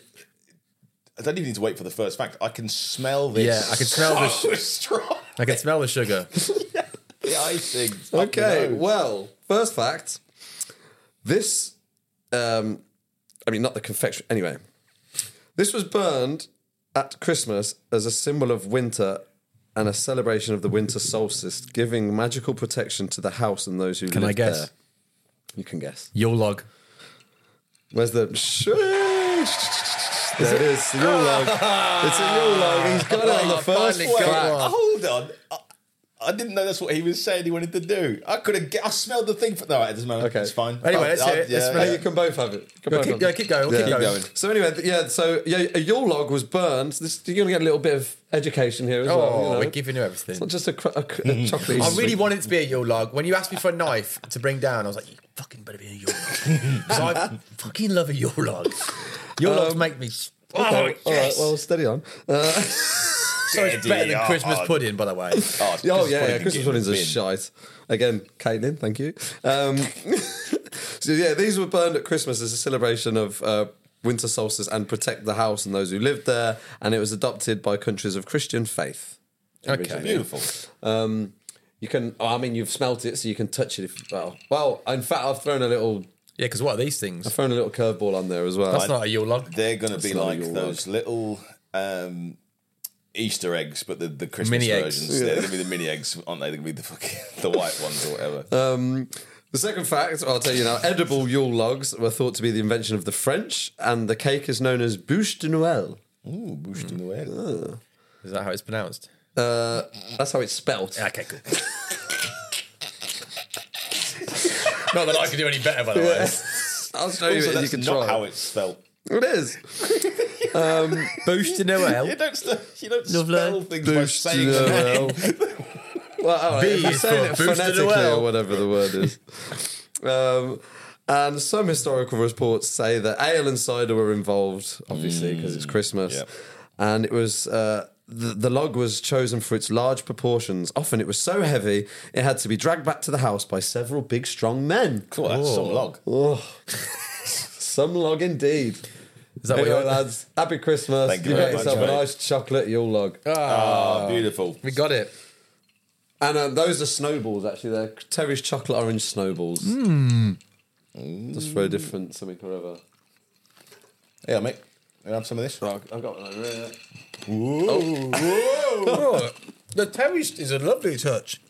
S4: I don't even need to wait for the first fact. I can smell this.
S3: Yeah, I can smell
S4: so strong.
S3: I can smell the sugar.
S4: The icing.
S1: Okay, well, first fact. This, um, I mean, not the confection. Anyway, this was burned at Christmas as a symbol of winter and a celebration of the winter solstice, giving magical protection to the house and those who
S3: Can I
S1: lived
S3: guess?
S1: there. You can guess.
S3: Your log.
S1: Where's the? There it is. Your log. It's a your log. He's got it on the first
S3: finally got
S1: fact.
S3: one.
S4: Hold on. I, I didn't know that's what he was saying he wanted to do. I could have. I smelled the thing. For, no, it doesn't matter.
S1: Okay.
S4: It's fine.
S3: Anyway,
S4: I,
S3: let's
S4: I,
S3: hear it. Let's
S4: yeah,
S3: smell
S1: Yeah,
S4: yeah.
S1: you can both have it. You can
S3: Well,
S1: both
S3: keep,
S1: have
S3: yeah,
S1: it.
S3: keep going. We'll
S1: Yeah.
S3: keep going.
S4: going.
S1: So anyway, th- yeah. So yeah, a Yule log was burned. This, you're gonna get a little bit of education here as
S3: Oh,
S1: well. you know.
S3: we're giving you
S1: It's
S3: everything.
S1: not just a, cr- a, cr- a chocolate.
S3: I really wanted it to be a Yule log. When you asked me for a knife to bring down, I was like, you fucking better be a Yule log. 'Cause I fucking love a Yule log. Yule
S1: Um,
S3: logs make me. s- Oh,
S1: All right, well, steady on. Uh,
S3: so it's better than Christmas pudding, by the way.
S4: Oh, it's
S1: oh
S4: Christmas
S1: yeah,
S4: pudding
S1: yeah,
S4: can
S1: Christmas
S4: get in the
S1: puddings are
S4: bin.
S1: shite. Again, Caitlin, thank you. Um, so yeah, these were burned at Christmas as a celebration of uh, winter solstice and protect the house and those who lived there. And it was adopted by countries of Christian faith.
S3: Okay.
S4: Beautiful.
S1: Um, you can. oh, I mean, you've smelt it, so you can touch it. If well, well. In fact, I've thrown a little,
S3: Yeah, because what are these things?
S1: thrown a little curveball on there as well.
S3: That's not a Yule log.
S4: They're going to be
S1: not a
S4: like
S1: Yule
S4: those little um, Easter eggs, but the, the Christmas
S3: Mini eggs.
S4: versions. They're going to be the mini eggs, aren't they? They're going to be the fucking the white ones or whatever.
S1: Um, the second fact, I'll tell you now, edible Yule logs were thought to be the invention of the French, and the cake is known as bouche de Noël.
S4: Ooh, bouche de Noël.
S3: Is that how it's pronounced?
S1: Uh, that's how it's spelt.
S3: Okay, cool. Not that I could do any better, by the way.
S1: I'll show
S4: Also,
S1: you it. You
S4: that's
S1: can
S4: not
S1: try.
S4: how it's spelt.
S1: it is.
S3: Boosh to
S4: You
S3: Noel.
S4: don't, st- you don't
S3: Lovely.
S4: spell things by
S1: Bouche de
S4: saying them.
S1: Noël. well, all right, if
S3: B
S1: you're
S3: is
S1: saying
S3: for
S1: it
S3: bouche de
S1: phonetically
S3: Noël.
S1: or whatever the word is. um,
S10: And some historical reports say that ale and cider were involved, obviously, because it's Christmas.
S4: Mm, yep.
S10: And it was uh, the, the log was chosen for its large proportions. Often it was so heavy it had to be dragged back to the house by several big, strong men.
S4: Cool, that's some log.
S10: Oh. some log indeed. Is
S3: that what
S10: anyway,
S3: you're-
S10: lads? Happy Christmas!
S4: Thank you
S10: you
S4: very
S10: got
S4: much,
S10: yourself a
S4: mate.
S10: nice chocolate Yule log.
S4: Ah, beautiful.
S3: We got it.
S10: And uh, those are snowballs, actually. They're Terry's chocolate orange snowballs.
S3: Hmm.
S10: Just for a different something or other.
S4: Yeah, mate. You have some of this?
S10: I've got one over here.
S3: Oh, the Terry's is a lovely touch.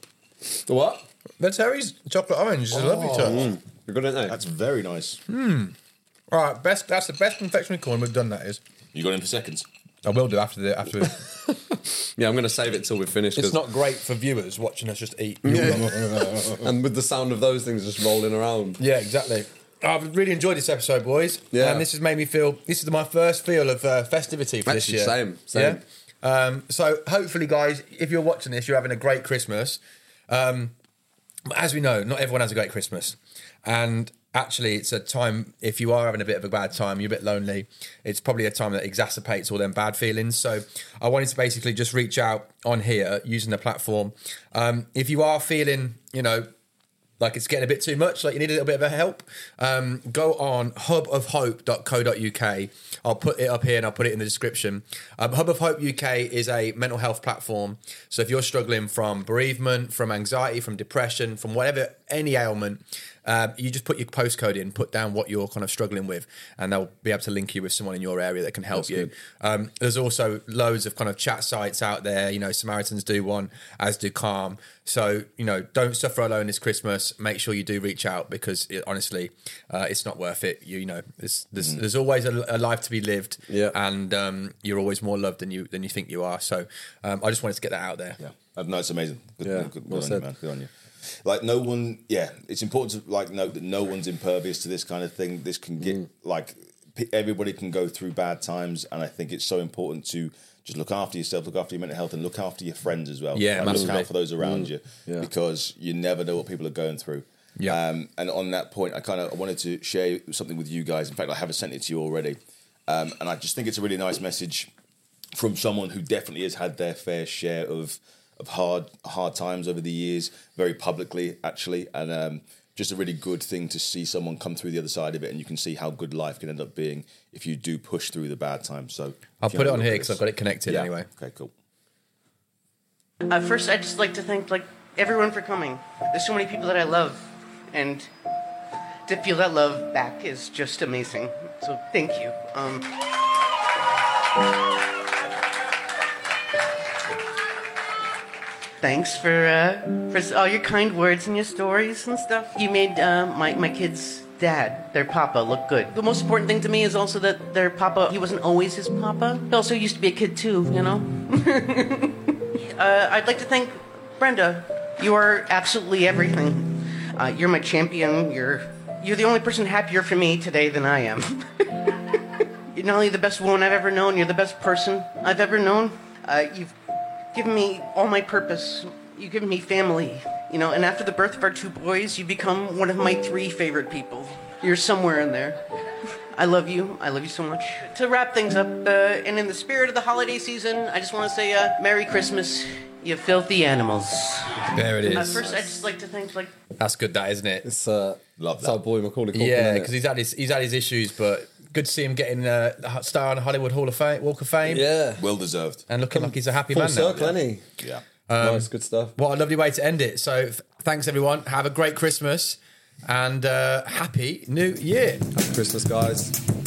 S10: The what?
S3: The Terry's chocolate orange is a
S1: Oh.
S3: lovely touch.
S10: You're good at that.
S4: That's very nice.
S3: All right, best. That's the best confectionery corn we've done. That is.
S4: You got in for seconds.
S3: I will do after the after. the-
S10: Yeah, I'm going to save it till we're finished. 'cause-
S3: it's not great for viewers watching us just eat.
S10: And with the sound of those things just rolling around.
S3: Yeah, exactly. I've really enjoyed this episode, boys.
S10: Yeah.
S3: And this has made me feel, this is my first feel of uh, festivity for
S10: Actually,
S3: this year.
S10: same, same.
S3: Yeah? Um, so hopefully, guys, if you're watching this, you're having a great Christmas. Um, but as we know, not everyone has a great Christmas. And actually, it's a time, if you are having a bit of a bad time, you're a bit lonely, it's probably a time that exacerbates all them bad feelings. So I wanted to basically just reach out on here using the platform. Um, if you are feeling, you know, like it's getting a bit too much, like you need a little bit of a help, um, go on hubofhope.co.uk. I'll put it up here and I'll put it in the description. Um, Hub of Hope UK is a mental health platform. So if you're struggling from bereavement, from anxiety, from depression, from whatever, any ailment, um, you just put your postcode in, put down what you're kind of struggling with, and they'll be able to link you with someone in your area that can help you. Um, there's also loads of kind of chat sites out there. You know, Samaritans do one, as do Calm. So you know, don't suffer alone this Christmas. Make sure you do reach out because it, honestly, uh, it's not worth it. You, you know, there's
S4: Mm-hmm.
S3: there's, there's always a, a life to be lived,
S10: Yeah.
S3: and um, you're always more loved than you than you think you are. So um, I just wanted to get that out there.
S4: Yeah, Uh, no, it's amazing. Good,
S10: Yeah,
S4: good, good
S10: well
S4: on
S10: said.
S4: you, man. Good on you. Like no one, yeah, it's important to like note that no one's impervious to this kind of thing. This can get like p- everybody can go through bad times, and I think it's so important to just look after yourself, look after your mental health, and look after your friends as well.
S3: Yeah,
S4: like, look
S3: massively.
S4: out for those around you
S10: Yeah.
S4: because you never know what people are going through.
S3: Yeah.
S4: Um, and on that point, I kind of wanted to share something with you guys. In fact, I have sent it to you already, um, and I just think it's a really nice message from someone who definitely has had their fair share of of hard hard times over the years, very publicly actually, and um, just a really good thing to see someone come through the other side of it, and you can see how good life can end up being if you do push through the bad times. So
S3: I'll
S4: if you
S3: put
S4: have
S3: it
S4: a
S3: on
S4: look
S3: here
S4: at
S3: because
S4: this-
S3: I've got it connected
S4: Yeah.
S3: anyway.
S4: Okay, cool.
S5: Uh, first, I'd just like to thank like everyone for coming. There's so many people that I love, and to feel that love back is just amazing. So thank you. Um, thanks for uh, for all your kind words and your stories and stuff. You made uh, my my kids. Dad, their papa, look good. The most important thing to me is also that their papa, he wasn't always his papa. He also used to be a kid too, you know? I'd like to thank Brenda. You are absolutely everything. Uh, you're my champion. You're you're the only person happier for me today than I am. you're not only the best woman I've ever known, you're the best person I've ever known. Uh, you've given me all my purpose. You've given me family. You know, and after the birth of our two boys, you become one of my three favorite people. You're somewhere in there. I love you. I love you so much. To wrap things up, uh, and in the spirit of the holiday season, I just want to say uh, Merry Christmas, you filthy animals.
S3: There it
S5: Uh,
S3: is.
S5: first, I'd just like to thank, like,
S3: That's good, that isn't it?
S10: It's, uh,
S4: Love
S10: it's
S4: that.
S10: our boy Macaulay Culkin. innit?
S3: Yeah, because he's had his he's had his issues, but good to see him getting uh, a star on the Hollywood Hall of Fame, Walk of Fame,
S10: yeah.
S4: Well deserved.
S3: and looking like he's a happy
S10: Full
S3: man
S10: circle,
S3: now. Um,
S10: ain't he?
S4: Yeah.
S10: nice, good stuff.
S3: What a lovely way to end it. So f- thanks everyone. Have a great Christmas and uh, happy New Year.
S10: Happy Christmas, guys.